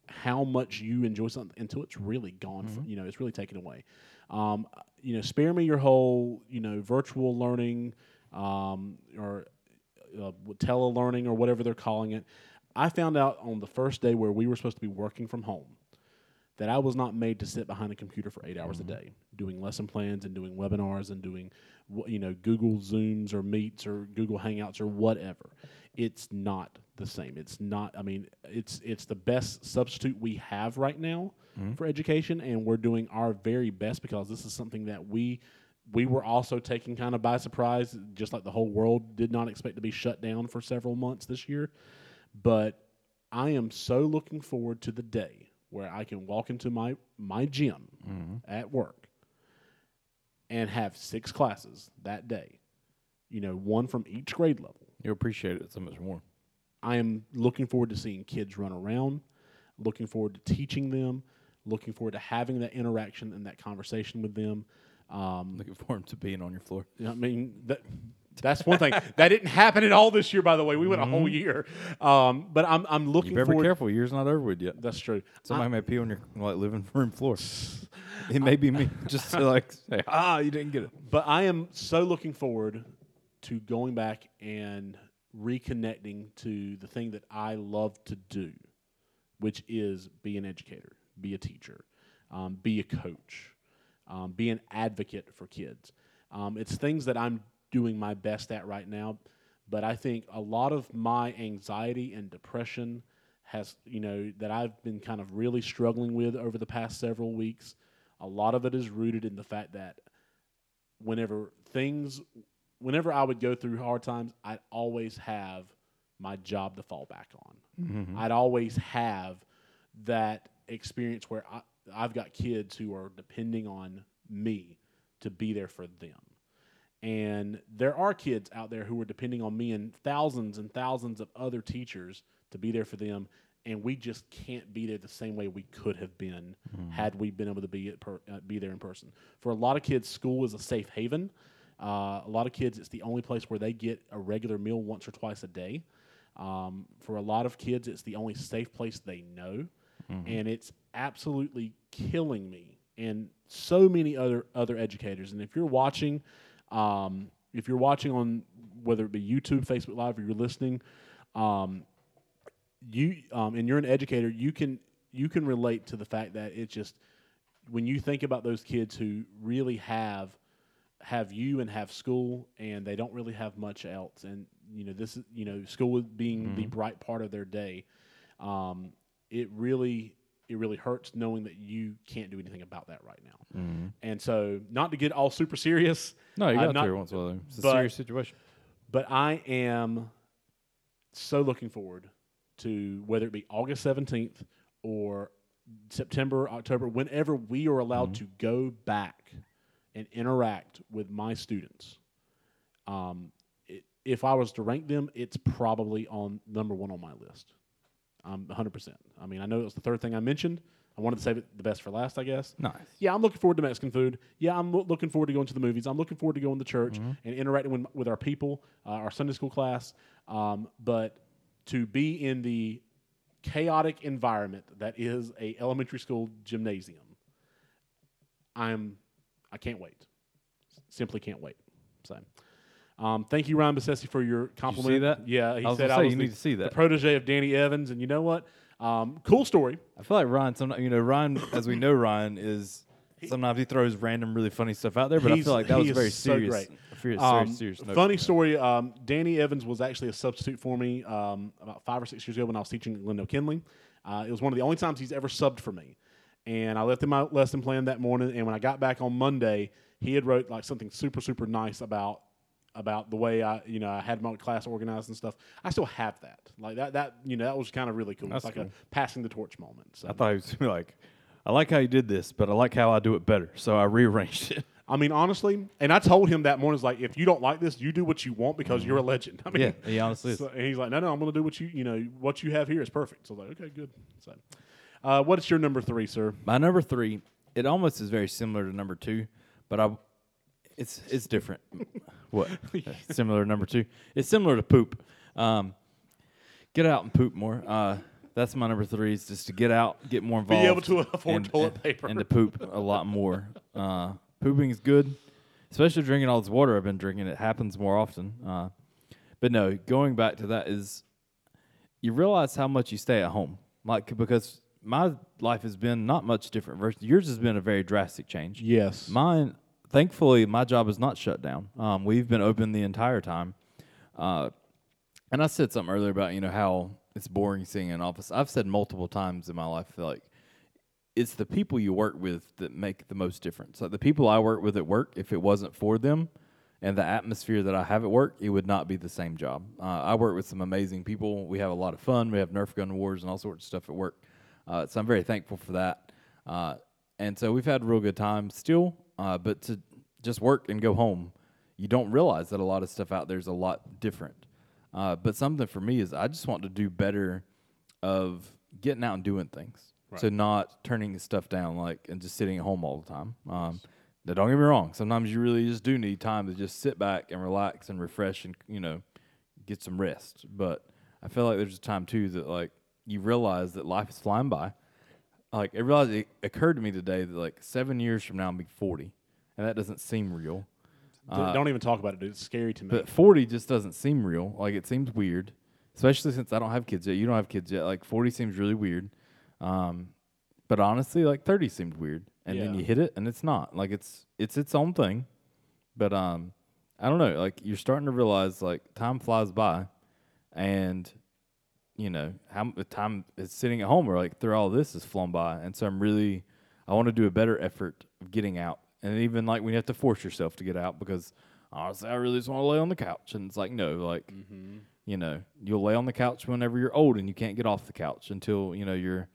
how much you enjoy something until it's really gone. fr- you know, it's really taken away. Um, you know, spare me your whole you know virtual learning um, or uh, telelearning or whatever they're calling it. I found out on the first day where we were supposed to be working from home that I was not made to sit behind a computer for eight hours a day doing lesson plans and doing webinars and doing wh- you know Google Zooms or Meets or Google Hangouts or whatever. It's not the same. It's not. I mean, it's it's the best substitute we have right now for education, and we're doing our very best because this is something that we we were also taken kind of by surprise, just like the whole world did not expect to be shut down for several months this year. But I am so looking forward to the day where I can walk into my my gym
Mm-hmm.
at work and have six classes that day. You know, one from each grade level.
You appreciate it so much more.
I am looking forward to seeing kids run around, looking forward to teaching them, looking forward to having that interaction and that conversation with them. Um,
Looking forward to being on your floor.
you know, I mean, that, that's one thing that didn't happen at all this year. By the way, we went a whole year, um, but I'm I'm looking
Mm-hmm. You better be
forward.
careful. Year's not over with yet.
That's true.
Somebody may pee on your like living room floor. It may be me. Just to like say, ah, you didn't get it.
but I am so looking forward to going back and reconnecting to the thing that I love to do, which is be an educator, be a teacher, um, be a coach, um, be an advocate for kids. Um, it's things that I'm doing my best at right now, but I think a lot of my anxiety and depression has, you know, that I've been kind of really struggling with over the past several weeks. A lot of it is rooted in the fact that whenever things whenever I would go through hard times, I'd always have my job to fall back on. I'd always have that experience where I, I've got kids who are depending on me to be there for them. And there are kids out there who are depending on me and thousands and thousands of other teachers to be there for them. And we just can't be there the same way we could have been had we been able to be, at per, uh, be there in person. For a lot of kids, school is a safe haven. Uh, a lot of kids, it's the only place where they get a regular meal once or twice a day. Um, for a lot of kids, it's the only safe place they know, and it's absolutely killing me and so many other other educators. And if you're watching, um, if you're watching on whether it be YouTube, Facebook Live, or you're listening, um, you um, and you're an educator, you can you can relate to the fact that it's just when you think about those kids who really have have you and have school and they don't really have much else and you know this is you know school being the bright part of their day um, it really it really hurts knowing that you can't do anything about that right now and so not to get all super serious
Mm-hmm. No, you
I'm
got
not-
to every once in a while. It's a
but-
serious situation.
but I am so looking forward to whether it be August 17th or September, October, whenever we are allowed to go back and interact with my students. Um, it, if I was to rank them, it's probably on number one on my list. I'm 100%. I mean, I know it was the third thing I mentioned. I wanted to save it the best for last, I guess.
Nice.
Yeah, I'm looking forward to Mexican food. Yeah, I'm lo- looking forward to going to the movies. I'm looking forward to going to church
Mm-hmm.
and interacting with, with our people, uh, our Sunday school class. Um, but to be in the chaotic environment that is a elementary school gymnasium, I'm I can't wait. Simply can't wait. So. Um, thank you, Ryan Bassesi, for your compliment.
that?
Yeah, he
I was
said
gonna
I
say,
was
you
the-
need to see
the
that.
protege of Danny Evans, and you know what? Um, cool story.
I feel like Ryan. Sometimes you know Ryan, as we know Ryan is. Sometimes he throws random, really funny stuff out there, but I
He's-
feel like that
he
was
is
very
so
serious.
great.
a Serious,
Um,
serious, serious note
funny
from him.
story. Um, Danny Evans was actually a substitute for me um, about five or six years ago when I was teaching at Glendale Kinley. Uh, it was one of the only times he's ever subbed for me. And I left him my lesson plan that morning. And when I got back on Monday, he had wrote like something super super nice about about the way I you know I had my class organized and stuff. I still have that. Like that that you know that was kind of really cool. It's
That's
like a passing the torch moment. So
I thought he was gonna be like, I like how you did this, but I like how I do it better. So I rearranged it.
I mean, honestly, and I told him that morning, it's like, if you don't like this, you do what you want because you're a legend. I mean,
Yeah, he honestly is.
so- and he's like, no, no, I'm going to do what you, you know, what you have here is perfect. So I was like, okay, good. So, uh, what is your number three, sir?
My number three, it almost is very similar to number two, but I, it's it's different. what? similar to number two. It's similar to poop. Um, get out and poop more. Uh, that's my number three. Is just to get out, get more involved,
able to afford
and-
toilet
and-
paper.
and to poop a lot more. Uh, pooping is good, especially drinking all this water I've been drinking. It happens more often. Uh, but no, going back to that is you realize how much you stay at home. Like because my life has been not much different versus yours has been a very drastic change.
Yes.
Mine, thankfully, my job is not shut down. Um, we've been open the entire time. Uh, and I said something earlier about you know how it's boring seeing an office. I've said multiple times in my life like it's the people you work with that make the most difference. Like the people I work with at work, if it wasn't for them and the atmosphere that I have at work, it would not be the same job. Uh, I work with some amazing people. We have a lot of fun. We have Nerf gun wars and all sorts of stuff at work. Uh, so I'm very thankful for that. Uh, and so we've had a real good time still, uh, but to just work and go home, you don't realize that a lot of stuff out there is a lot different. Uh, but something for me is I just want to do better of getting out and doing things. So not turning stuff down like and just sitting at home all the time. Um, now don't get me wrong. Sometimes you really just do need time to just sit back and relax and refresh and you know get some rest. But I feel like there's a time too that like you realize that life is flying by. Like I realized it occurred to me today that like seven years from now I'm be forty, and that doesn't seem real.
D- don't even talk about it, dude. It's scary to me.
uh, But 40 just doesn't seem real. Like it seems weird, especially since I don't have kids yet. You don't have kids yet. Like 40 seems really weird. Um, but honestly, like 30 seemed weird, and then
Yeah.
you hit it, and it's not. Like it's it's its own thing. But um, I don't know. Like you're starting to realize like time flies by, and you know how m- the time is sitting at home or like through all this is flown by and so i'm really i want to do a better effort of getting out and even like when you have to force yourself to get out because honestly i really just want to lay on the couch and it's like no like
Mm-hmm.
you know you'll lay on the couch whenever you're old and you can't get off the couch until you know your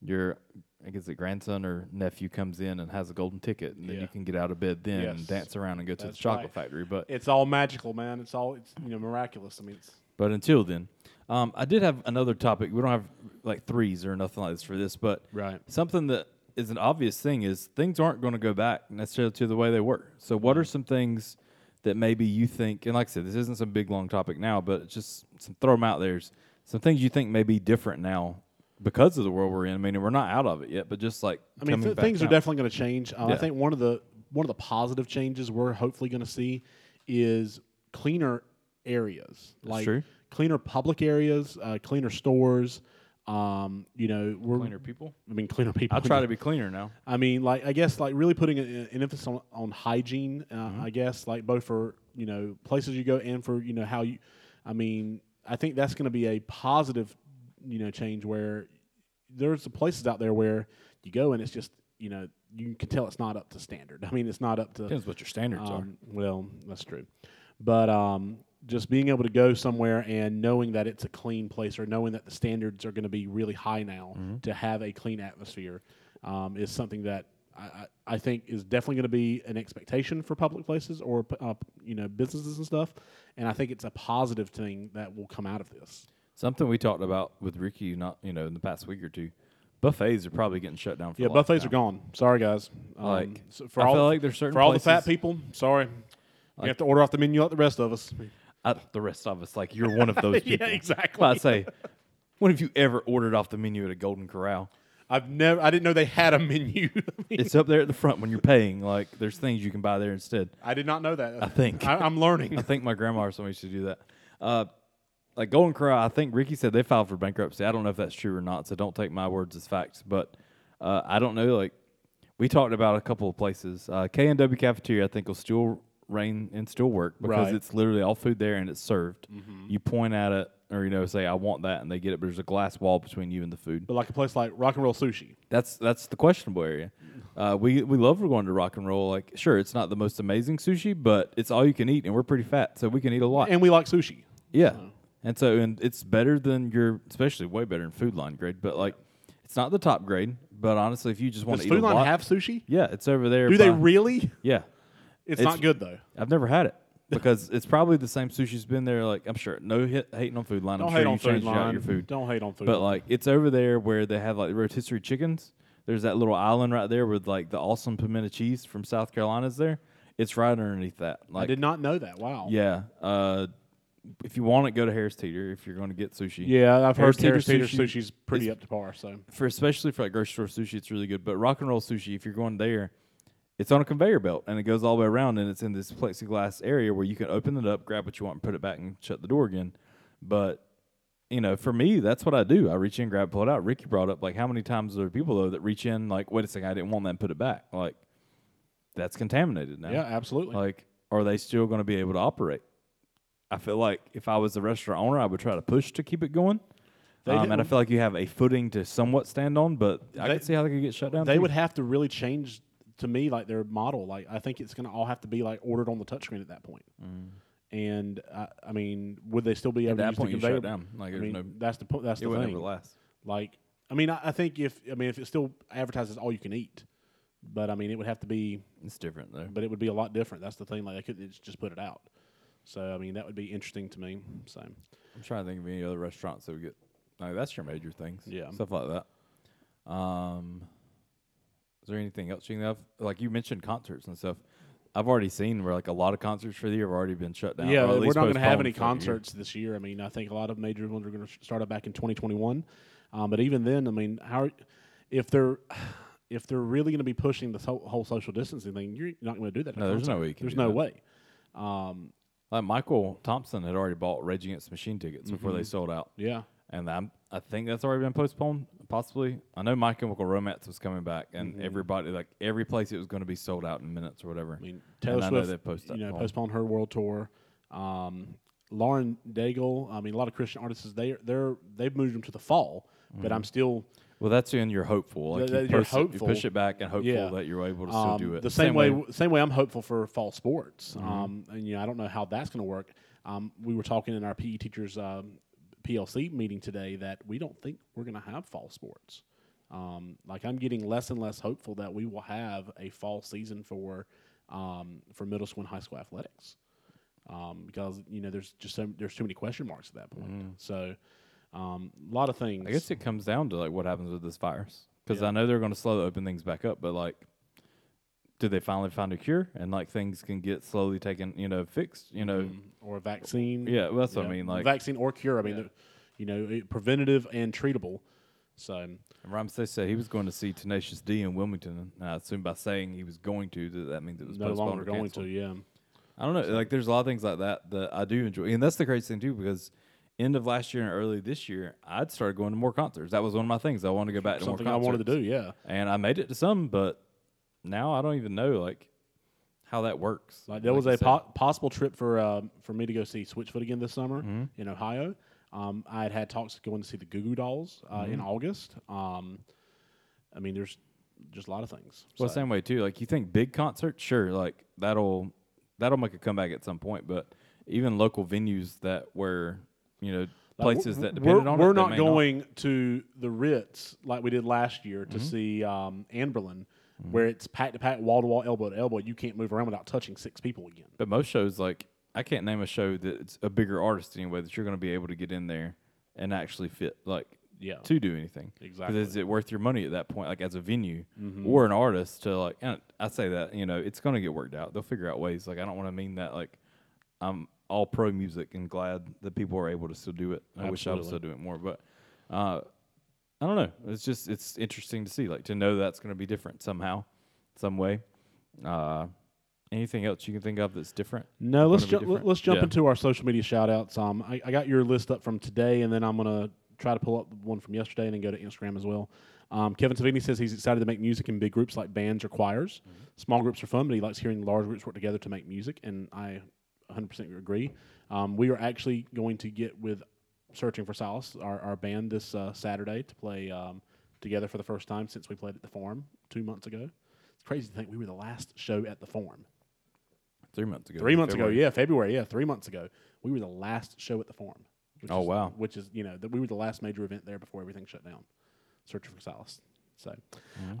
your i guess the grandson or nephew comes in and has a golden ticket and then
Yeah.
you can get out of bed then
Yes.
and dance around and go to
That's
the chocolate
right.
factory but
it's all magical, man. It's all it's you know miraculous. I mean, it's
but until then, um, I did have another topic. We don't have like threes or nothing like this for this, but
Right.
something that is an obvious thing is things aren't going to go back necessarily to the way they were. So, what are
Mm-hmm.
some things that maybe you think, and like I said, this isn't some big long topic now, but it's just some, throw them out there. Some things you think may be different now because of the world we're in. I mean, we're not out of it yet, but just like
I mean,
coming
th-
back
things are
out.
definitely going to change. Uh, I
Yeah.
think one of the one of the positive changes we're hopefully going to see is cleaner areas, like
true.
cleaner public areas, uh, cleaner stores. Um, you know, we're
cleaner people.
I mean, cleaner people.
I try to be cleaner now.
I mean, like I guess like really putting an, an emphasis on, on hygiene. Uh,
Mm-hmm.
I guess like both for you know places you go and for you know how you. I mean, I think that's going to be a positive, you know, change where there's some places out there where you go and it's just you know you can tell it's not up to standard. I mean, it's not up to
Depends what your standards are.
um, well, that's true. But um, just being able to go somewhere and knowing that it's a clean place or knowing that the standards are going to be really high now
Mm-hmm.
to have a clean atmosphere um, is something that I, I I think is definitely going to be an expectation for public places or p- uh, you know businesses and stuff. And I think it's a positive thing that will come out of this.
Something we talked about with Ricky, not you know, in the past week or two, buffets are probably getting shut down. For
Yeah, buffets are gone. Sorry, guys. Um,
Like,
so for
I
all
feel
the-
like there's certain
for all the fat
places-
people. Sorry, you have to order off the menu like the rest of us.
gone. the rest of us, like you're one of those people.
exactly.
Well, I say, when have you ever ordered off the menu at a Golden Corral?
I've never. I didn't know they had a menu.
It's up there at the front when you're paying. Like there's things you can buy there instead.
I did not know that. I
think.
I, am
I
learning.
think my grandma or somebody used to do that. Uh, like Golden Corral, I think Ricky said they filed for bankruptcy. I don't know if that's true or not, so don't take my words as facts. But uh, I don't know. Like we talked about a couple of places, uh, K and W Cafeteria, I think will still reign and still work because
Right.
it's literally all food there and it's served. You point at it or you know say I want that and they get it, but there's a glass wall between you and the food.
But like a place like Rock and Roll Sushi,
That's that's the questionable area. Uh, we we love going to rock and roll. Like sure, it's not the most amazing sushi, but it's all you can eat, and we're pretty fat, so we can eat a lot.
and we like sushi.
Yeah.
Uh-huh.
And so and it's better than your especially way better than food line grade, but like it's not the top grade, but honestly if you just want
Does
to eat a
Food Line
lot,
have sushi?
Yeah, it's over there.
Do they
by-
really?
Yeah.
It's,
It's-
not good though.
I've never had it because it's probably the same sushi's been there like I'm sure no hit, hating on food line.
Don't
I'm
hate
sure you
on Food
changed out
Line.
your food.
Don't hate on Food
But
Line.
like it's over there where they have like rotisserie chickens. There's that little island right there with like the awesome pimento cheese from South Carolina's there. It's right underneath that. Like
I did not know that. Wow.
yeah. Uh, if you want it, go to Harris Teeter if you're going to get sushi.
Yeah, I've heard Teeter
Harris
Teeter
Teeter sushi
Sushi's pretty
is-
up to par. So
For especially for like grocery store sushi, it's really good. But rock and roll sushi, if you're going there, it's on a conveyor belt and it goes all the way around and it's in this plexiglass area where you can open it up, grab what you want, and put it back and shut the door again. But you know, for me, that's what I do. I reach in, grab, pull it out. Ricky brought up like how many times are there people though that reach in like, wait a second, I didn't want that, and put it back. Like that's contaminated now.
yeah, absolutely.
Like, are they still going to be able to operate? I feel like if I was a restaurant owner, I would try to push to keep it going.
They
Um, and I
didn't-
feel like you have a footing to somewhat stand on, but I
They-
could see how they could get shut down.
they
too.
would have to really change to me like their model. Like I think it's going to all have to be like ordered on the touchscreen at that point. And I, I mean, would they still be able
Mm-hmm. At
to
that
use the
point,
conveyor-
you shut down. Like,
I
there's
mean,
no,
that's the po- that's
it
the
would
thing.
never last.
Like, I mean, I, I think if I mean if it still advertises all you can eat, but I mean it would have to be,
It's different though.
but it would be a lot different. That's the thing. Like I could just put it out. So I mean that would be interesting to me. So
I'm trying to think of any other restaurants that would get. Like, that's your major things.
Yeah.
Stuff like that. Um, is there anything else you can have? Like you mentioned concerts and stuff. I've already seen where like a lot of concerts for the year have already been shut down.
yeah,
Uh, or at
we're not
least
going to have
postponed
any
for the year.
concerts this year. I mean, I think a lot of major ones are going to start up back in 2021. Um, but even then, I mean, how are- if they're if they're really going to be pushing this whole, whole social distancing thing, you're not going to do that. at a
No, there's no
concert.
way you can
There's
do
no
that.
way. Um,
Like Michael Thompson had already bought Rage Against the Machine tickets before they sold out,
Mm-hmm. yeah.
and I'm, I think that's already been postponed. Possibly, I know My Chemical Romance was coming back, and everybody like every place it was going to be sold out in minutes or whatever.
Mm-hmm. I mean, Taylor
I know
Swift,
they post that
you know,
poll.
postponed her world tour. Um, Lauren Daigle, I mean, a lot of Christian artists, they they're they've moved them to the fall,
Mm-hmm.
but I'm still
well, that's when you're hopeful. Like
Th- that
you,
you're
post it- you
hopeful.
push it back and hopeful
Yeah.
that you're able to still
um,
do it.
the same, way, Same way I'm hopeful for fall sports.
Mm-hmm.
Um, and you know, I don't know how that's going to work. Um, we were talking in our PE teachers um, PLC meeting today that we don't think we're going to have fall sports. Um, like I'm getting less and less hopeful that we will have a fall season for um, for middle school and high school athletics um, because you know there's just so, there's too many question marks at that point. So um, a lot of things.
Mm-hmm. I guess it comes down to like what happens with this virus because I know they're going to slow open things back up, but like, do they finally find a cure and like things can get slowly taken, you know, fixed, you know?
or a vaccine.
Yeah, well, that's what I
Yeah,
mean. Like,
vaccine or cure. I mean, the- you know, it- preventative and treatable. So
Ramsey said he was going to see Tenacious D in Wilmington, and I assume by saying he was going to, that, that means it was
no
postponed
longer
or
going
canceled.
to. Yeah,
I don't know. Like, there's a lot of things like that that I do enjoy, and that's the crazy thing too, because end of last year and early this year, I'd started going to more concerts. That was one of my things. I wanted to go back to
something
more
I
concerts,
wanted to do. Yeah,
and I made it to some, but now I don't even know like how that works.
like there was
you
a
said.
po- possible trip for um, for me to go see Switchfoot again this summer
Mm-hmm.
in Ohio. Um, I had had talks going to see the Goo Goo Dolls uh, in
Mm-hmm.
August. Um, I mean, there's just a lot of things.
Well,
So-
same way too. Like you think big concert, sure, like that'll that'll make a comeback at some point. But even local venues that were, you know,
Like,
places that
we're-
depended
we're,
on
we're
it, they
not
may
going to the Ritz like we did last year to
Mm-hmm.
see um, Amberlin, where it's pack to pack, wall to wall, elbow to elbow. You can't move around without touching six people again.
But most shows, like I can't name a show that's a bigger artist anyway that you're going to be able to get in there and actually fit like
Yeah.
to do anything. 'Cause
Exactly. Mm-hmm.
Is it worth your money at that point, like as a venue or an artist to like? And I say that you know it's going to get worked out. They'll figure out ways. Like I don't want to mean that like I'm all pro music and glad that people are able to still do it. I wish I was still
Absolutely.
doing it more, but. uh I don't know. It's just it's interesting to see, like to know that's going to be different somehow, some way. Uh, Anything else you can think of that's different?
No, let's
Gonna
ju-
be different.
let's jump
Yeah.
into our social media shout outs. Um, I, I got your list up from today, and then I'm gonna try to pull up the one from yesterday and then go to Instagram as well. Um, Kevin Savini says he's excited to make music in big groups like bands or choirs.
Mm-hmm.
Small groups are fun, but he likes hearing large groups work together to make music, and I 100% agree. Um, we are actually going to get with Searching for Solace, our, our band, this uh, Saturday to play um, together for the first time since we played at the Forum two months ago. It's crazy to think we were the last show at the Forum.
Three months ago.
Three months
February.
ago, yeah, February, yeah, three months ago, we were the last show at the Forum. Which
Oh,
is,
wow.
Which is you know that we were the last major event there before everything shut down. Searching for Solace. So,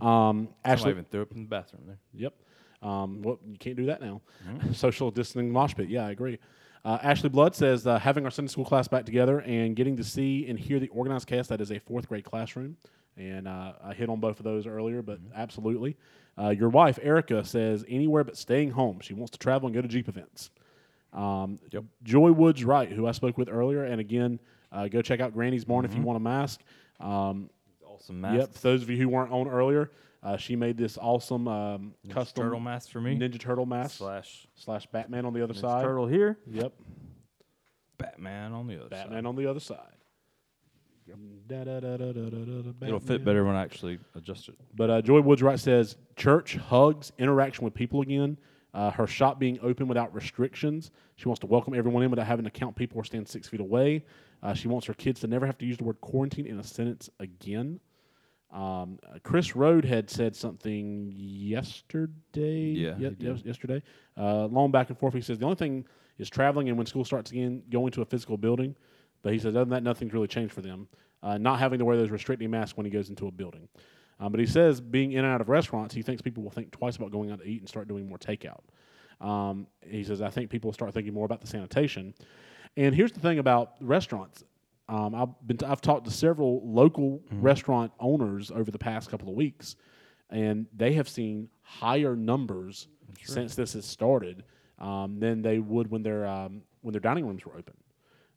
um,
Somebody
Ashley,
Mm-hmm. even threw up in the bathroom there.
yep. Um, well, you can't do that now. Social distancing mosh pit. Yeah, I agree. Uh, Ashley Blood says uh, having our Sunday school class back together and getting to see and hear the organized cast that is a fourth grade classroom. And uh, I hit on both of those earlier, but absolutely. Uh, your wife Erica says anywhere but staying home. She wants to travel and go to Jeep events. Um, Joy Woods Wright, who I spoke with earlier, and again, uh, go check out Granny's Barn if you want a mask. Um,
Awesome
yep,
masks.
for those of you who weren't on earlier, uh, she made this awesome um, custom
Turtle mask for me.
Ninja Turtle mask slash,
slash
Batman on the other
Ninja
side.
turtle here.
Yep,
Batman on the other
Batman on the other side. Da, da, da, da, da, da, da, da,
side. It'll
Batman.
fit better when I actually adjust it.
But uh, Joy Woods Wright says church hugs interaction with people again. Uh, her shop being open without restrictions. She wants to welcome everyone in without having to count people or stand six feet away. Uh, she wants her kids to never have to use the word quarantine in a sentence again. Um, uh, Chris Road had said something yesterday.
Yeah,
ye-
he did.
yes- yesterday. Uh, long back and forth. He says the only thing is traveling and when school starts again, going to a physical building. But he says other than that, nothing's really changed for them. Uh, not having to wear those restricting masks when he goes into a building. Um, but he says being in and out of restaurants, he thinks people will think twice about going out to eat and start doing more takeout. Um, he says I think people will start thinking more about the sanitation. And here's the thing about restaurants. Um, I've been t- I've talked to several local restaurant owners over the past couple of weeks, and they have seen higher numbers since this has started um, than they would when their um, when their dining rooms were open.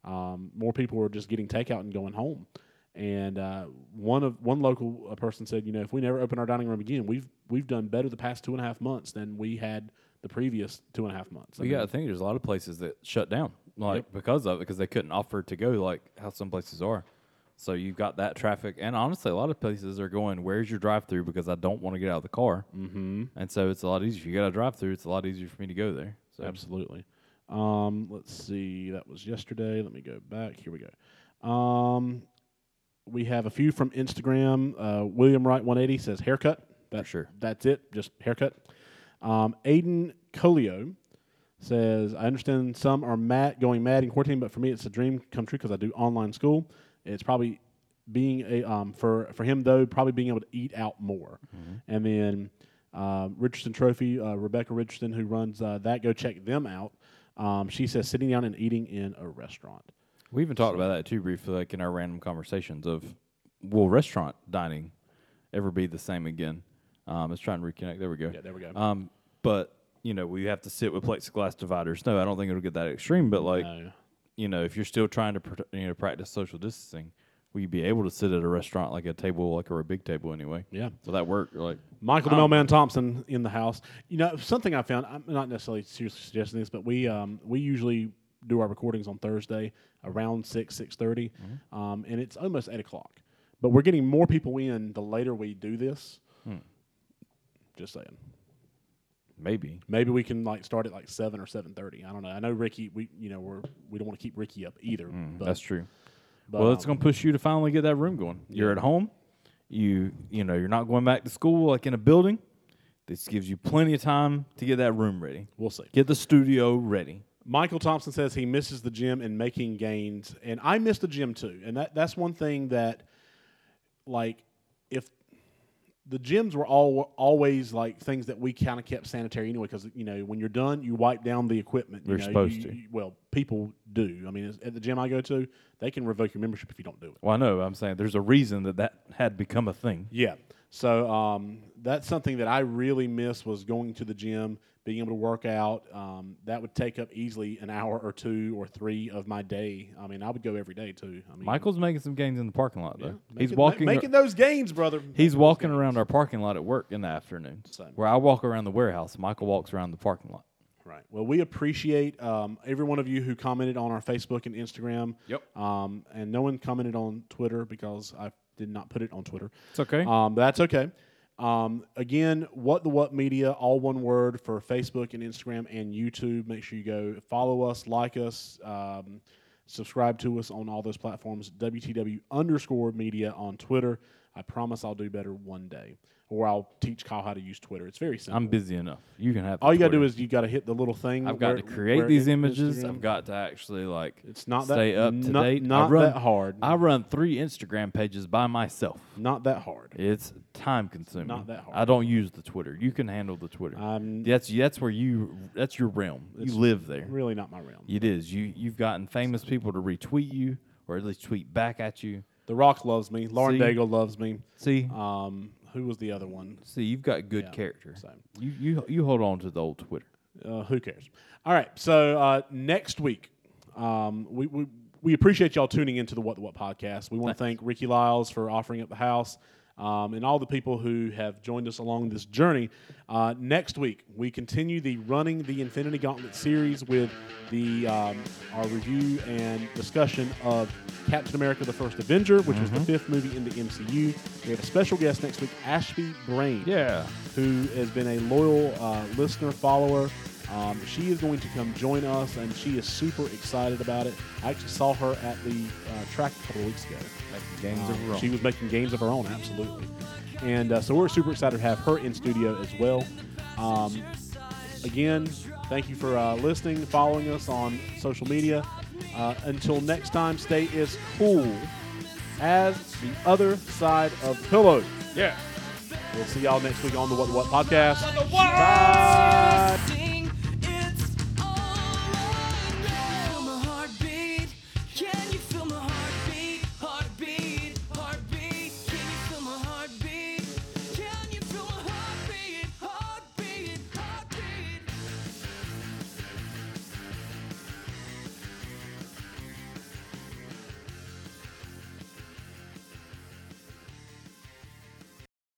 Um, more people were just getting takeout and going home. And uh, one of one local uh, person said, you know, if we never open our dining room again, we've we've done better the past two and a half months than we had the previous two and a half months. I
We
mean,
got to think there's a lot of places that shut down, like because of it, because they couldn't offer to go, like how some places are. So you've got that traffic, and honestly, a lot of places are going. Where's your drive-through? Because I don't want to get out of the car, mm-hmm. and so it's a lot easier. If you got a drive-through, it's a lot easier for me to go there. So
Absolutely. Um, let's see. That was yesterday. Let me go back. Here we go. Um, we have a few from Instagram. Uh, William Wright 180 says haircut. That,
sure.
That's it. Just haircut. Um, Aiden Colio says I understand some are mad going mad in quarantine, but for me it's a dream come true because I do online school. It's probably being a um, for for him though probably being able to eat out more, and then um, Richardson Trophy uh, Rebecca Richardson who runs uh, that go check them out. Um, she says sitting down and eating in a restaurant.
we even talked about that too briefly, like in our random conversations of, will restaurant dining ever be the same again? Um, let's try and reconnect. There we go.
Yeah, there we go.
Um, but you know, we have to sit with plexiglass dividers. No, I don't think it'll get that extreme. But like,
No.
you know, if you're still trying to pr- you know practice social distancing, will you be able to sit at a restaurant like a table, like or a big table anyway?
Yeah.
So that worked. Like,
Michael the Mailman Thompson in the house. You know, something I found, I'm not necessarily seriously suggesting this, but we um, we usually do our recordings on Thursday around 6, 6.30, um, and it's almost 8 o'clock. But we're getting more people in the later we do this. Just saying.
maybe
Maybe we can like start at like seven or seven thirty. I don't know. I know Ricky. We you know we're we don't want to keep Ricky up either. but,
Mm-hmm. that's true.
but,
well, it's
um,
going to push you to finally get that room going. You're at home. You you know you're not going back to school like in a building. This gives you plenty of time to get that room ready.
We'll see.
Get the studio ready.
Michael Thompson says he misses the gym and making gains, and I miss the gym too. And that that's one thing that, like, if the gyms were all always like things that we kind of kept sanitary anyway, because you know when you're done, you wipe down the equipment. you
You're
know,
supposed
you-
to.
you- well, people do. I mean, it's- at the gym I go to, they can revoke your membership if you don't do it.
Well, I know. I'm saying there's a reason that that had become a thing.
Yeah. So um, that's something that I really miss was going to the gym, being able to work out. Um, that would take up easily an hour or two or three of my day. I mean, I would go every day too. I mean,
Michael's making some gains in the parking lot though. he's
making- ma-
walking.
making those gains, brother.
he's walking around our parking lot at work in the afternoons.
Same.
Where I walk around the warehouse, Michael walks around the parking lot.
Right. Well, we appreciate um, every one of you who commented on our Facebook and Instagram.
Yep.
Um, and no one commented on Twitter because I did not put it on Twitter.
It's okay.
Um, but that's okay. Um, again, what the what media, all one word for Facebook and Instagram and YouTube. Make sure you go follow us, like us, um, subscribe to us on all those platforms. WTW underscore media on Twitter. I promise I'll do better one day, or I'll teach Kyle how to use Twitter. It's very simple.
I'm busy enough. You can have. the
all you gotta do
Twitter.
is you gotta hit the little thing.
I've got
where-
to create
where
these
it-
images.
Instagram-
I've got to actually like.
It's not that-
stay up to
not-
date. I
not
run-
that hard.
I run three Instagram pages by myself.
not that hard.
It's time consuming.
Not that hard. Um,
I don't use the Twitter. You can handle the Twitter.
I'm-
that's that's where you that's your realm. You live there.
Really not my realm.
It is. You you've gotten famous people to retweet you or at least tweet back at you.
The Rock loves me. Lauren
See?
Daigle loves me.
See,
Um, who was the other one?
see, you've got good character.
same.
You you you hold on to the old Twitter.
Uh, who cares? All right. So uh, next week, um, we, we we appreciate y'all tuning into the What the What podcast. We want to thank Ricky Lyles for offering up the house. Um, and all the people who have joined us along this journey. Uh, next week, we continue the Running the Infinity Gauntlet series with the um, our review and discussion of Captain America: The First Avenger, which was the fifth movie in the MCU. We have a special guest next week, Ashby Brain
Yeah.
who has been a loyal uh, listener follower. Um, she is going to come join us, and she is super excited about it. I actually saw her at the uh, track a couple of weeks ago.
Games
Um,
of Rome.
she was making games of her own, absolutely. And uh, so we're super excited to have her in studio as well. Um, again, thank you for uh, listening, following us on social media. Uh, until next time, stay as cool as the other side of the pillow.
yeah.
We'll see y'all next week on the What the What podcast.
Wow!